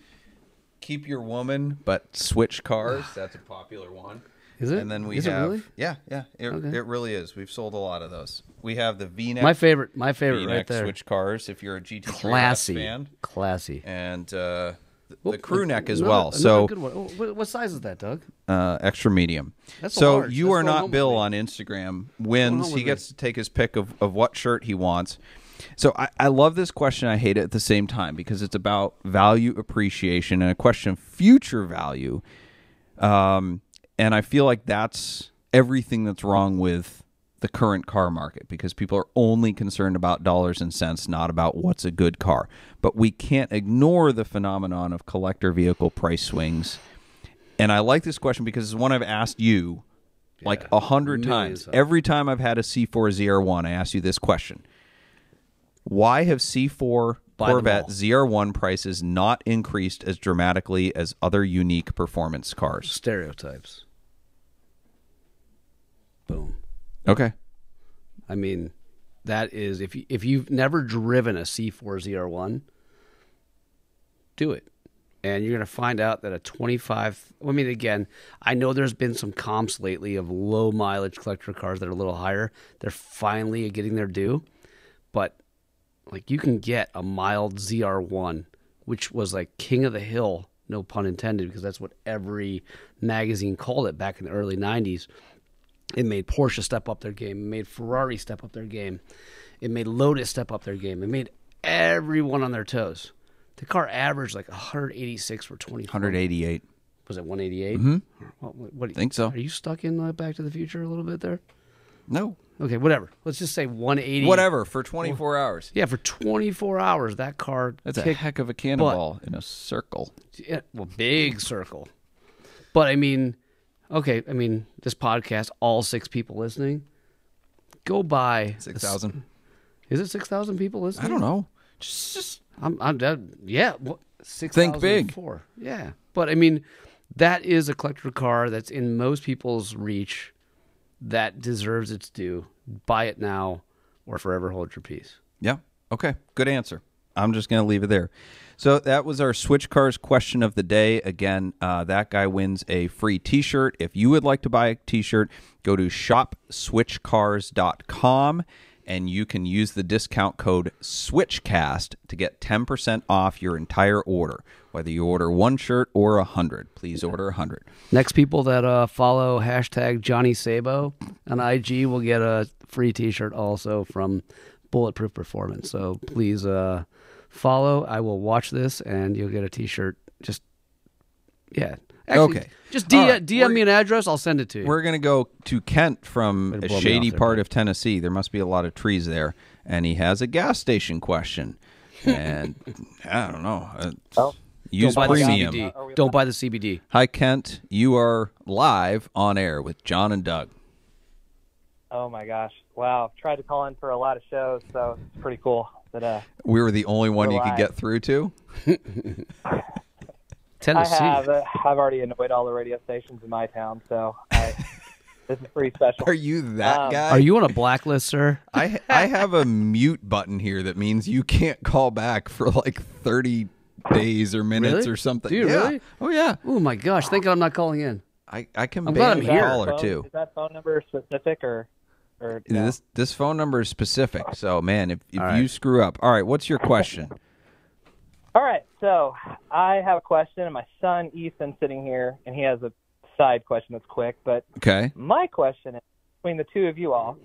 Keep your woman, but switch cars. That's a popular one.
Is it?
And then we
Is it
have
really?
yeah, yeah. It, it really is. We've sold a lot of those. We have the V-neck.
My favorite. My favorite
V-neck
right there.
Switch cars. If you're a GT
Classy.
fan,
Classy.
and uh, the, the
Well,
crew neck as
another-
well.
another
so
good one. Oh, What, what size is that, Doug?
uh, extra medium.
That's a
so
large.
you
That's
are
going home
not
with
Bill
me.
on Instagram wins.
home
He
with
gets to take his pick of, of what shirt he wants. So I, I love this question. I hate it at the same time because it's about value appreciation and a question of future value. Um, and I feel like that's everything that's wrong with the current car market because people are only concerned about dollars and cents, not about what's a good car. But we can't ignore the phenomenon of collector vehicle price swings. And I like this question because it's one I've asked you like a hundred times. Every time I've had a C4ZR1, I ask you this question: Why have C4
Buy them
Corvette
all.
ZR1 prices not increased as dramatically as other unique performance cars?
Stereotypes. Boom.
Okay,
I mean, that is if you, if you've never driven a C4ZR1, do it. And you're going to find out that a 25 I mean again, I know there's been some comps lately of low mileage collector cars that are a little higher. They're finally getting their due. But like you can get a mild ZR1 which was like king of the hill, no pun intended because that's what every magazine called it back in the early 90s. It made Porsche step up their game. It made Ferrari step up their game. It made Lotus step up their game. It made everyone on their toes. The car averaged like 186 for 20.
188.
Was it 188? Mm-hmm. What, what, what do you-
Think so.
Are you stuck in uh, Back to the Future a little bit there?
No,
Okay, whatever. Let's just say 180.
whatever for 24 hours.
Yeah, for 24 hours, that car
That's a
kicked
heck of a cannonball in a circle.
yeah, well, big circle. But I mean, okay, I mean, this podcast, all six people listening, go buy
Six thousand.
Is it six thousand people listening?
I don't know. Just, just
I'm, I'm dead. Yeah, what, six.
Think big.
Four. Yeah, but I mean, that is a collector car that's in most people's reach, that deserves its due. Buy it now, or forever hold your peace.
Yeah. Okay. Good answer. I'm just going to leave it there. So that was our Switch Cars question of the day. Again, uh, that guy wins a free t shirt. If you would like to buy a t shirt, go to shopswitchcars.com and you can use the discount code SWITCHCAST to get 10% off your entire order, whether you order one shirt or a 100. Please order a 100.
Next, people that uh, follow hashtag Johnny Sabo on IG will get a free T-shirt also from Bulletproof Performance. So please uh, follow. I will watch this, and you'll get a T-shirt. Just yeah, Actually,
Okay.
Just
All
DM,
right.
DM me an address. I'll send it to you.
We're going to go to Kent from
Better
a
blow me
shady
off there,
part of Tennessee. There must be a lot of trees there. And he has a gas station question. And I don't know. Uh, use
Don't buy the
premium.
CBD. Don't buy the CBD.
Hi, Kent. You are live on air with John and Doug.
Oh my gosh! Wow, I've tried to call in for a lot of shows, so it's pretty cool. But uh,
We were the only one
We're
you could
live.
get through to.
I
Tennessee.
have uh, I've already annoyed all the radio stations in my town, so I, this is pretty special.
Are you that
Um,
guy?
Are you on a blacklist, sir?
I, I have a mute button here that means you can't call back for like 30 days or minutes
Really?
or something.
Do you
Yeah.
really?
Oh, yeah.
Oh my gosh! Thank God I'm not calling in.
I, I can
I'm glad
ban
I'm
a
here.
caller,
Phone-
too.
Is that phone number specific or or no?
This this phone number is specific, so man, if, if
right.
you screw up, all right. What's your question?
All right, so I have a question, and my son Ethan's sitting here, and he has a side question that's quick. But
Okay,
my question is between the two of you all,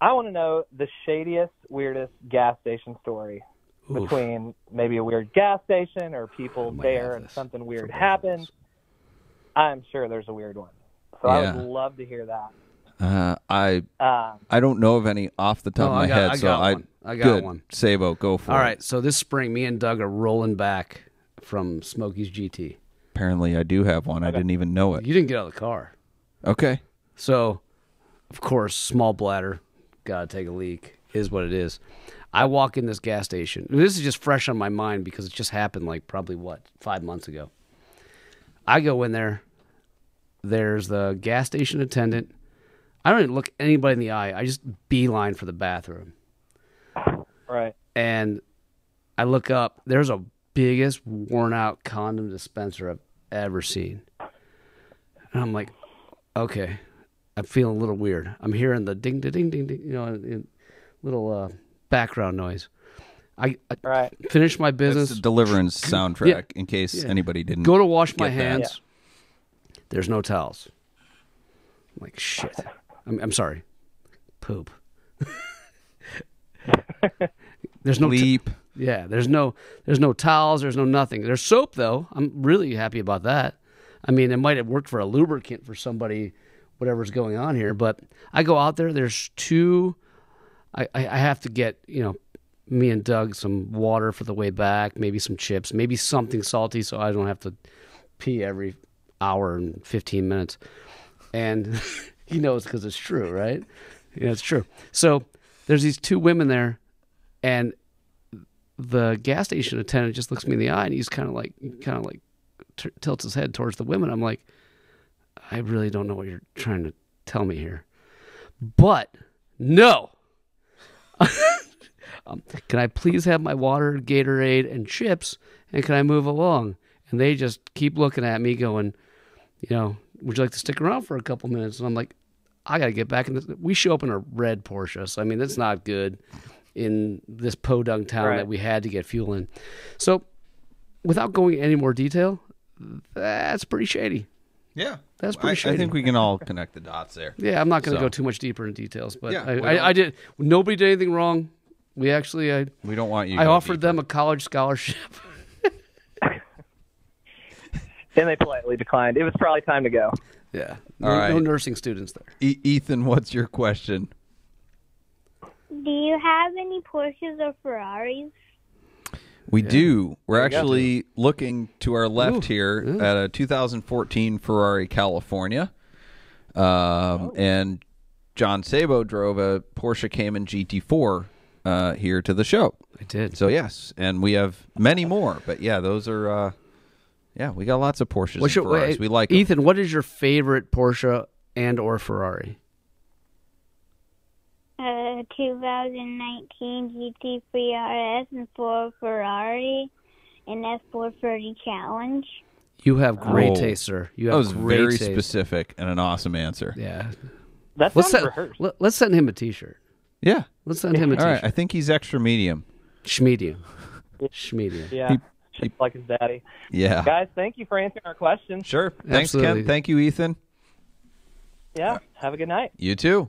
I want to know the shadiest, weirdest gas station story
Oof.
between maybe a weird gas station or people
my
there and
goodness.
something weird
Forgot about
happened. I'm sure there's a weird one, so I
Yeah.
would love to hear that.
uh, I
Uh,
I don't know of any off the top
Oh,
of
I
my
got-
head,
I
so
got
I
one. I got
good.
one.
Sabo, go for
All
it.
right. So this spring, me and Doug are rolling back from Smokey's GT.
Apparently, I do have one. I didn't even know it.
You didn't get out of the car.
Okay,
So, of course, small bladder, gotta take a leak, is what it is. I walk in this gas station. This is just fresh on my mind because it just happened like probably what, five months ago. I go in there. There's the gas station attendant. I don't even look anybody in the eye. I just beeline for the bathroom.
right.
And I look up. There's a biggest worn out condom dispenser I've ever seen. And I'm like, okay, I'm feeling a little weird. I'm hearing the ding, ding, ding, ding, ding you know, and little uh, background noise. I, I
Right.
finish my business.
it's the Deliverance soundtrack. In case anybody didn't.
Go to wash my
Get that.
hands. There's no towels. I'm like, shit. I'm, I'm sorry. Poop. There's no t-
Leap.
yeah, there's no there's no towels, there's no nothing. There's soap though. I'm really happy about that. I mean, it might have worked for a lubricant for somebody, whatever's going on here. But I go out there. There's two. I I, I have to get you know me and Doug some water for the way back. Maybe some chips. Maybe something salty so I don't have to pee every hour and 15 minutes. And he knows because it's true, right? Yeah, it's true. So there's these two women there, and the gas station attendant just looks me in the eye, and he's kind of like, kind of like, t- tilts his head towards the women. I'm like, I really don't know what you're trying to tell me here, but no. um, can I please have my water, Gatorade, and chips? And can I move along? And they just keep looking at me, going, you know, would you like to stick around for a couple minutes? And I'm like, I got to get back. And we show up in a red Porsche. So, I mean, that's not good in this podunk town
Right.
that we had to get fuel in. So, without going into any more detail, that's pretty shady.
Yeah,
That's pretty
I, I
shady.
think we can all connect the dots there.
Yeah, I'm not going to
So-
go too much deeper in details, but
Yeah,
I,
we don't-
I, I did. Nobody did anything wrong. We actually, I,
We don't want you.
I
going
offered
deeper.
them a college scholarship.
And they politely declined. It was probably time to go.
Yeah, no,
All right.
no nursing students there.
E- Ethan, what's your question?
Do you have any Porsches or Ferraris?
We do. We're actually looking to our left here at a 2014 Ferrari California. Um,
Oh.
And John Sabo drove a Porsche Cayman GT4 uh, here to the show.
I did.
So, yes. And we have many more. But yeah, those are, uh, yeah, we got lots of Porsches and Ferraris. we like 'em.
Ethan. What is your favorite Porsche and or Ferrari?
Uh, 2019 GT3 RS and 4 Ferrari and F430 Challenge.
You have great
Oh.
taste, sir. You
That
have
was
great
very
taste.
specific and an awesome answer. Yeah.
Yeah.
That sounds
Let's send,
rehearsed.
let, us send him a T-shirt. Let's send him a
All
T-shirt.
right. I think he's extra medium.
Schmedium. Schmedium.
Yeah.
He-
Shit like his daddy.
Yeah.
Guys, thank you for answering our questions.
Sure. Thanks,
Absolutely.
Ken. Thank you, Ethan.
Yeah. Have a good night.
You too.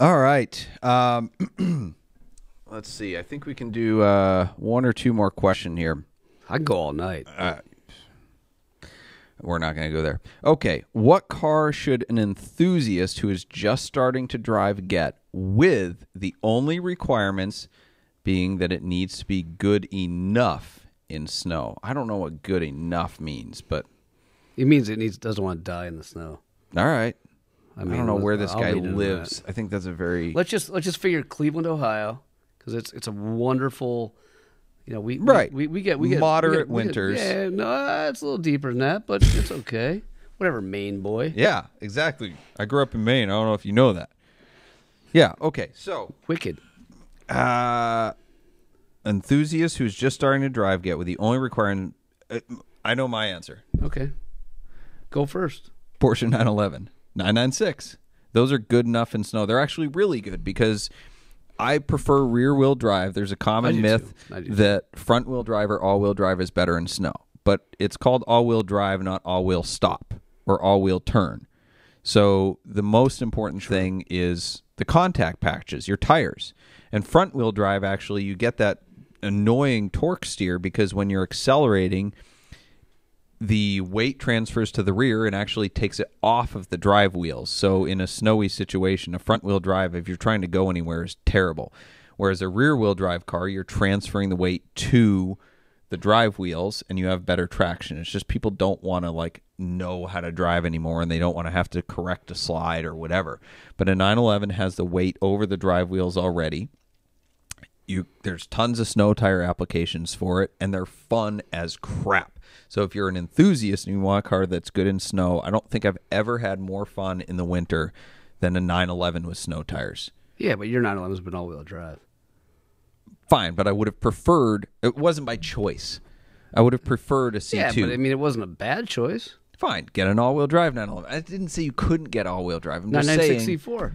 All right. Um, let's see. I think we can do uh, one or two more question here.
I go all night.
We're not going to go there. Okay. What car should an enthusiast who is just starting to drive get with the only requirements being that it needs to be good enough in snow? I don't know what good enough means, but
It means it needs doesn't want to die in the snow.
all right. I,
mean,
don't know
let's-
where this
I'll
guy
lead into that.
lives. I think that's a very
Let's just let's just figure Cleveland, Ohio, because it's it's a wonderful, you know, we we-
Right.
we, we get we get
Moderate
we get- we
winters.
get- yeah, no, it's a little deeper than that, but it's okay. Whatever, Maine boy.
Yeah, exactly. I grew up in Maine. I don't know if you know that. Yeah, okay. So,
Wicked.
uh enthusiast who's just starting to drive get with the only requirement uh, I know my answer.
Okay, go first.
Porsche 911, 996. Those are good enough in snow. They're actually really good because I prefer rear-wheel drive. There's a
I
common
do
myth
too. I do too.
that front-wheel drive or all-wheel drive is better in snow, but it's called all-wheel drive, not all-wheel stop or all-wheel turn. So the most important thing is the contact patches, your tires. And front wheel drive actually you get that annoying torque steer because when you're accelerating the weight transfers to the rear and actually takes it off of the drive wheels. So in a snowy situation, a front wheel drive if you're trying to go anywhere is terrible. Whereas a rear wheel drive car, you're transferring the weight to the drive wheels and you have better traction. It's just people don't want to like know how to drive anymore and they don't want to have to correct a slide or whatever. But a 911 has the weight over the drive wheels already. You there's tons of snow tire applications for it and they're fun as crap. So if you're an enthusiast and you want a car that's good in snow, I don't think I've ever had more fun in the winter than a 911 with snow tires.
Yeah, but your 911 has been all-wheel drive.
Fine, but I would have preferred it wasn't by choice. I would have preferred a C2.
Yeah, but I mean, it wasn't a bad choice.
Fine, get an all-wheel drive 911. I didn't say you couldn't get all-wheel drive. I'm just saying.
996C4.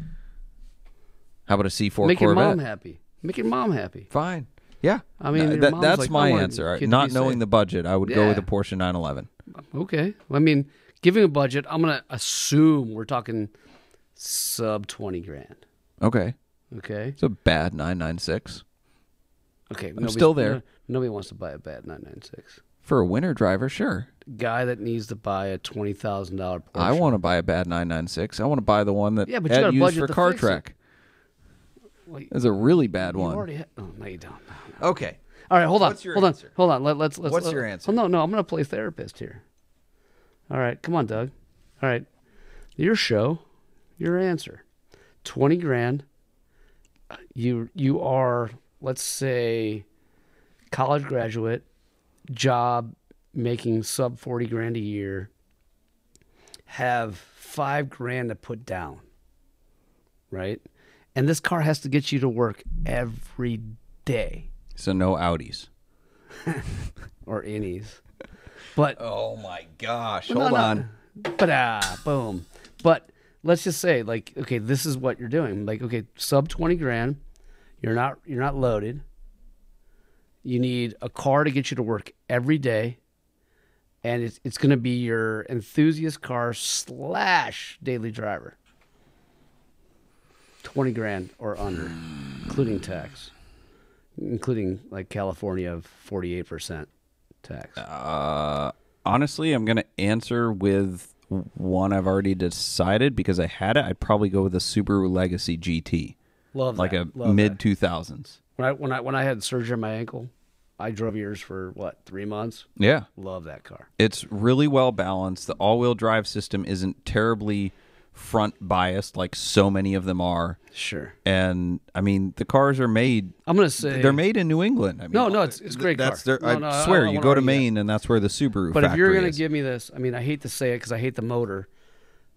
How about a C4
Make your
Corvette?
mom happy. Make your mom happy.
Fine. Yeah.
I mean,
Uh,
your
that-
mom's
that's
like,
my
I want
answer.
kid to
Not
be
knowing
safe.
the budget, I would go with a
Yeah.
Porsche 911.
Okay. Well, I mean, giving a budget, I'm gonna assume we're talking sub 20 grand.
Okay,
Okay.
it's a bad 996
Okay, nobody's-
still there.
no- nobody wants to buy a bad 996.
for a winter driver. Sure,
Guy that needs to buy a twenty thousand dollar Porsche.
I want to buy a bad 996. I want to buy the one that
Oh, Yeah, but you
Ed
gotta
used
budget
for
to
Car
fix it.
Track.
Well, you-
That's a really bad
You
one.
already ha- oh, no, you don't. No, no.
Okay,
All right, hold on.
What's your
hold
answer?
on. Hold on. Let, let's let's. uh,
What's
let-
your answer?
Oh, no, no, I'm gonna play therapist here. All right, come on, Doug. All right, Your show, your answer. 20 grand. uh, You you are let's say college graduate, job making sub 40 grand a year. Have 5 grand to put down. Right? And this car has to get you to work every day
So no Audis.
or innies. But
Oh my gosh!
No,
Hold
no.
on.
but ah, boom. But let's just say, like, okay, this is what you're doing. Like, okay, sub twenty grand. You're not you're not loaded. You need a car to get you to work every day, and it's it's going to be your enthusiast car slash daily driver. Twenty grand or under, including tax, including like California forty eight percent tax.
Uh, Honestly, I'm gonna answer with one I've already decided because I had it. I'd probably go with a Subaru Legacy GT,
Love
like
that.
a
Love that.
mid two thousands.
When I when I when I had surgery on my ankle, I drove yours for what three months.
Yeah,
Love that car.
It's really well balanced. The all wheel drive system isn't terribly front biased like so many of them are.
Sure.
And I mean, the cars are made.
I'm gonna say
They're made in New England. I mean,
No, no, it's- it's a great
That's
car.
their. I
No, no, I- I
swear,
don't
you
wanna
go to
argue that.
Maine, and that's where the Subaru.
But if you're
factory
gonna
is.
give me this, I mean, I hate to say it because I hate the motor,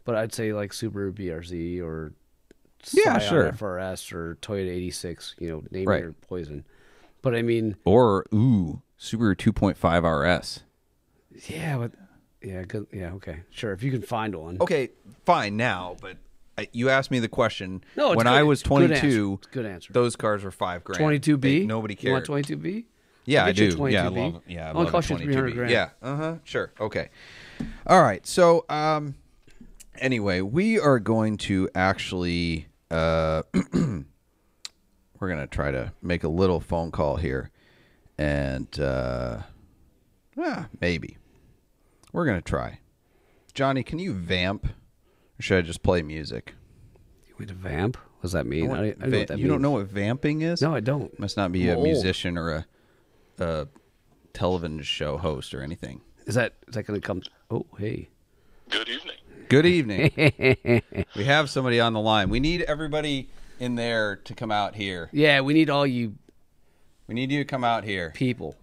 but I'd say like Subaru BRZ or
Yeah,
Scion
sure.
FRS or Toyota 86. You know, name
Right.
your poison. But I mean,
or ooh, Subaru 2.5 RS.
yeah, but yeah, good, yeah, okay, sure. If you can find one,
Okay, fine now, but I, you asked me the question.
No, it's
when
good.
I was
It's a good
22,
answer. It's a good answer.
Those cars were five grand.
22 B.
They- Nobody
You want
cared.
22 B?
Yeah,
I'll
I
get you a
do. Yeah, I
22B.
love. Yeah, I
Only
love
cost you
a
300
22B.
grand.
Yeah. Uh huh. Sure. Okay. All right. So, um, anyway, we are going to actually, uh, we're gonna try to make a little phone call here, and uh, ah, maybe we're gonna try. Johnny, can you vamp, or should I just play music?
You want to vamp? What does that mean? I, I don't know
Va-
what that
you don't
means.
know what vamping is?
No, I don't.
Must not be
I'm
a
old.
musician or a, a television show host or anything.
Is that is that going to come? Oh, hey.
Good evening.
Good evening. we have somebody on the line. We need everybody in there to come out here.
Yeah, we need all you
We need you to come out here.
people.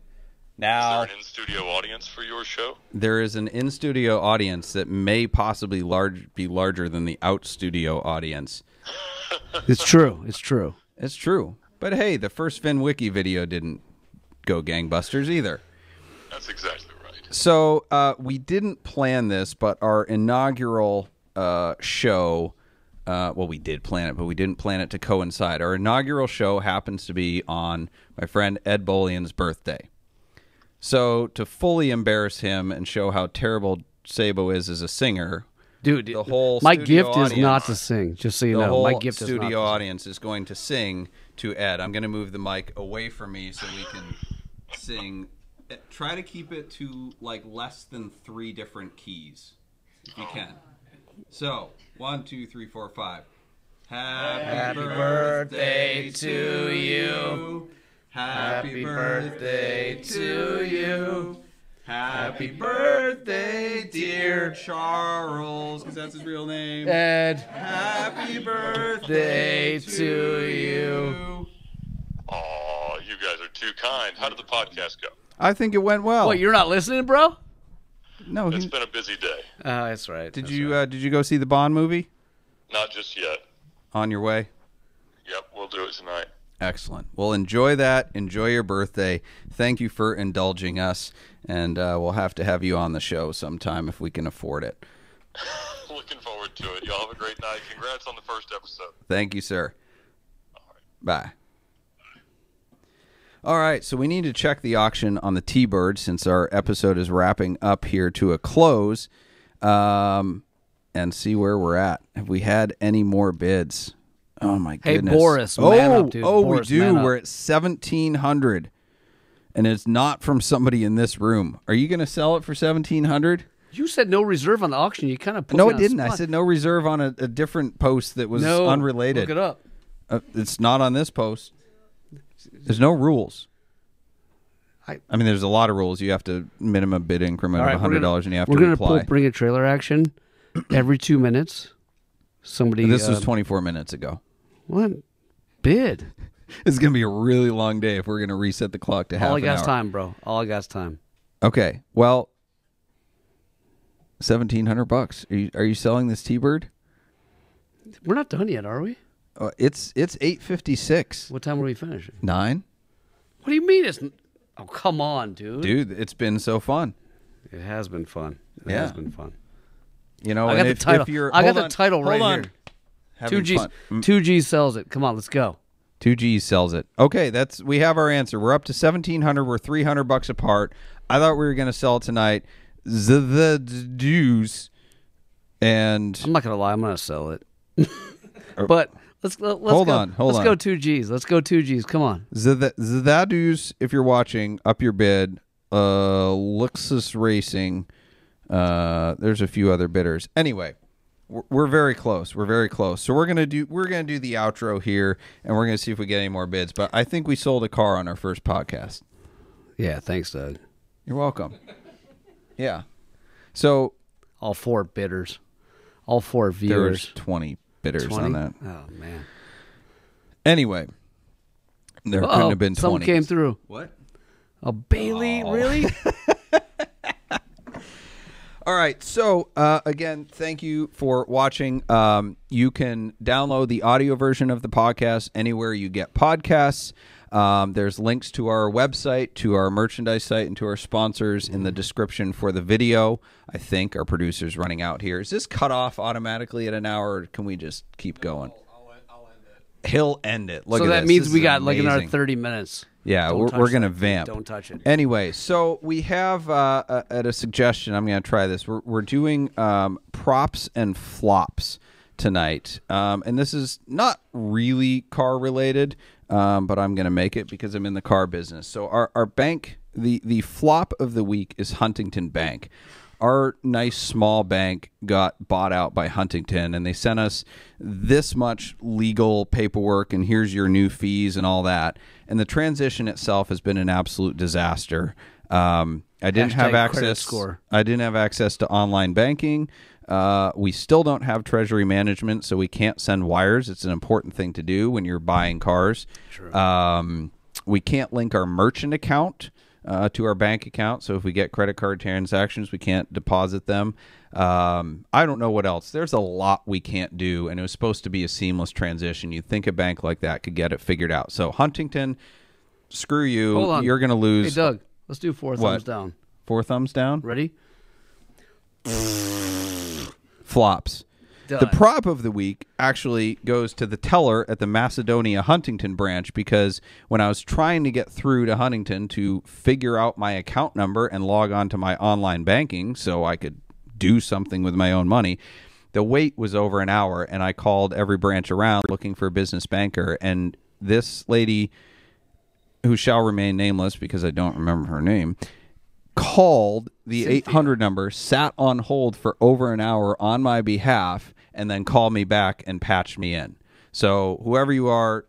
Now,
Is there an in-studio audience for your show?
there is an in studio audience that may possibly large be larger than the out studio audience.
It's true. It's true.
It's true. But hey, the first FinWiki video didn't go gangbusters either.
That's exactly right.
So uh, we didn't plan this, but our inaugural uh, show. Uh, well, we did plan it, but we didn't plan it to coincide. Our inaugural show happens to be on my friend Ed Bolian's birthday. So to fully embarrass him and show how terrible Sabo is as a singer,
Dude,
The whole
my
studio
gift is not
audience.
to sing, just so you
the
know.
whole
My gift is not.
studio
to sing.
audience is going to sing to Ed. I'm going to move the mic away from me so we can sing. Eh, Try to keep it to like less than three different keys, if you can. So one, two, three, four, five. Happy, birthday to you. Happy birthday to you. Happy birthday, dear Charles, because that's his real name.
Ed,
Happy birthday
to you.
Aw, you guys are too kind. How did the podcast go?
I think it went well.
what? You're not listening, bro?
no,
It's
he,
been a busy day.
Oh, that's right.
did you uh, did you go see the Bond movie?
Not just yet.
On your way.
Yep, we'll do it tonight.
Excellent. Well, enjoy that. Enjoy your birthday. Thank you for indulging us, and uh, we'll have to have you on the show sometime if we can afford it.
Looking forward to it. Y'all have a great night. Congrats on the first episode.
Thank you, sir. Bye. All right, so we need to check the auction on the T Bird since our episode is wrapping up here to a close um, and see where we're at. Have we had any more bids? Oh, my
Hey,
goodness.
Boris,
oh,
man up, dude.
Oh,
Boris,
we do.
man up.
We're at 1700 and it's not from somebody in this room. Are you going to sell it for 1700
You said no reserve on the auction. You kind of put
No,
me
it
on the
didn't. I
spot.
said no reserve on a, a different post that was
no.
unrelated.
Look it up.
Uh, it's not on this post. There's no rules. I,
I-
mean, there's a lot of rules. You have to minimum bid increment
All right,
of
we're
hundred
gonna-
dollars, and you have
we're
to
gonna
reply.
pull, bring a trailer action every two minutes, somebody.
This was
uh,
24 minutes ago.
what bid.
It's going to be a really long day if we're going to reset the clock to half
All I
an
got's
hour.
time, bro. All I got's time.
Okay. Well, 1700 bucks. Are you, are you selling this T-bird?
We're not done yet, are we?
Uh, it's it's 856.
What time are we finishing?
9.
What do you mean? It's oh come on, dude.
Dude, it's been so fun.
It has been fun. It
Yeah.
has been fun.
You know,
I got
and
the
if,
title.
if you're
I got
hold
the
on,
title right
hold on.
here.
Having
Two G's.
fun. Mm,
Two G sells it. Come on, let's go.
Two G's sells it. Okay, that's we have our answer. We're up to seventeen hundred. We're three hundred bucks apart. I thought we were going to sell it tonight. The, the Jews and
I'm not gonna lie. I'm gonna sell it. but let's let's
Er, Hold
go.
on, hold
let's
on.
go two G's. Let's go two G's. Come on.
the Zadus, if you're watching, up your bid. Uh, Luxus Racing. Uh, there's a few other bidders. Anyway, we're, we're very close. We're very close. So we're gonna do we're gonna do the outro here, and we're gonna see if we get any more bids. But I think we sold a car on our first podcast.
Yeah. Thanks, Doug.
You're welcome. Yeah. So
All four bidders. All four
there was
viewers.
20 bidders
20?
on that.
Oh man.
Anyway, there couldn't
Uh-oh,
have been 20.
Someone came through.
What?
Oh, Bailey, really?
All right. So, uh, again, thank you for watching. Um, you can download the audio version of the podcast anywhere you get podcasts. Um, there's links to our website, to our merchandise site, and to our sponsors in the description for the video. I think our producer's running out here. Is this cut off automatically at an hour, or can we just keep going? He'll end it. Look
so
at
that
this.
means
This
we
is
got like another
amazing.
30 minutes.
Yeah,
Don't
we're,
touch
we're gonna
that.
vamp.
Don't touch it.
Anyway, so we have uh, uh, at a suggestion. I'm gonna try this. We're we're doing um, props and flops tonight, um, and this is not really car related, um, but I'm gonna make it because I'm in the car business. So our our bank, the the flop of the week is Huntington Bank our nice small bank got bought out by Huntington and they sent us this much legal paperwork and here's your new fees and all that. And the transition itself has been an absolute disaster. Um, I didn't have
Hashtag credit
access
score.
I didn't have access to online banking. Uh, we still don't have treasury management, so we can't send wires. It's an important thing to do when you're buying cars. Um, we can't link our merchant account uh, to our bank account, so if we get credit card transactions, we can't deposit them. Um, I don't know what else. There's a lot we can't do, and it was supposed to be a seamless transition. You'd think a bank like that could get it figured out. So Huntington, screw you.
Hold on.
You're going to
Hey,
lose
Doug, let's do four
What?
thumbs down.
four thumbs down.
Ready?
flops. The
Done.
prop of the week actually goes to the teller at the Macedonia Huntington branch because when I was trying to get through to Huntington to figure out my account number and log on to my online banking so I could do something with my own money, the wait was over an hour and I called every branch around looking for a business banker and this lady who shall remain nameless because I don't remember her name, called the 800 number, sat on hold for over an hour on my behalf, and then called me back and patched me in. So, whoever you are,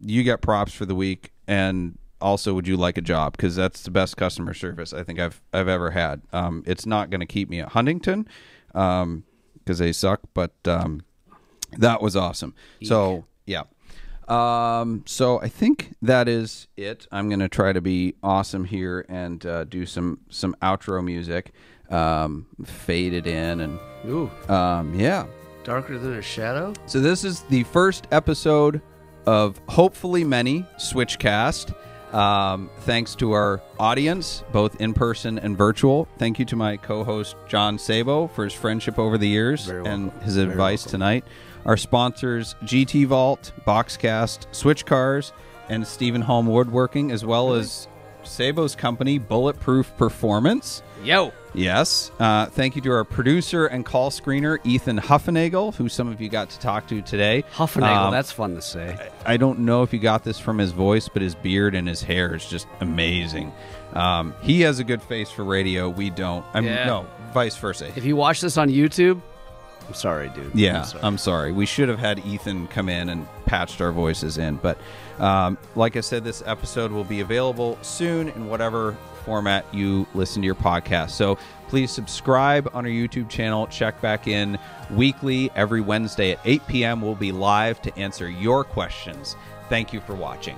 you get props for the week. And also, would you like a job? Because that's the best customer service I think I've, I've ever had. Um, it's not going to keep me at Huntington because they suck, but um, that was awesome. So, yeah. Um, so I think that is it. I'm gonna try to be awesome here and uh, do some some outro music, um, fade it in, and
Ooh,
um, yeah.
darker than a shadow?
So this is the first episode of hopefully many Switchcast. Um, thanks to our audience, both in person and virtual. Thank you to my co-host John Sabo for his friendship over the years and his advice tonight. Our sponsors GT Vault, Boxcast, Switch Cars, and Stephen Holm Woodworking, as well as Sabo's company, Bulletproof Performance.
Yo.
Yes. Uh, thank you to our producer and call screener, Ethan Huffenagel, who some of you got to talk to today.
Huffenagel,
Um,
that's fun to say.
I don't know if you got this from his voice, but his beard and his hair is just amazing. Um, he has a good face for radio. We don't. I mean,
Yeah.
no, vice versa.
If you watch this on YouTube, I'm sorry, dude.
Yeah,
I'm
I'm
sorry.
sorry. We should have had Ethan come in and patched our voices in. But um, like I said, this episode will be available soon in whatever format you listen to your podcast. So please subscribe on our YouTube channel. Check back in weekly every Wednesday at 8 p.m. We'll be live to answer your questions. Thank you for watching.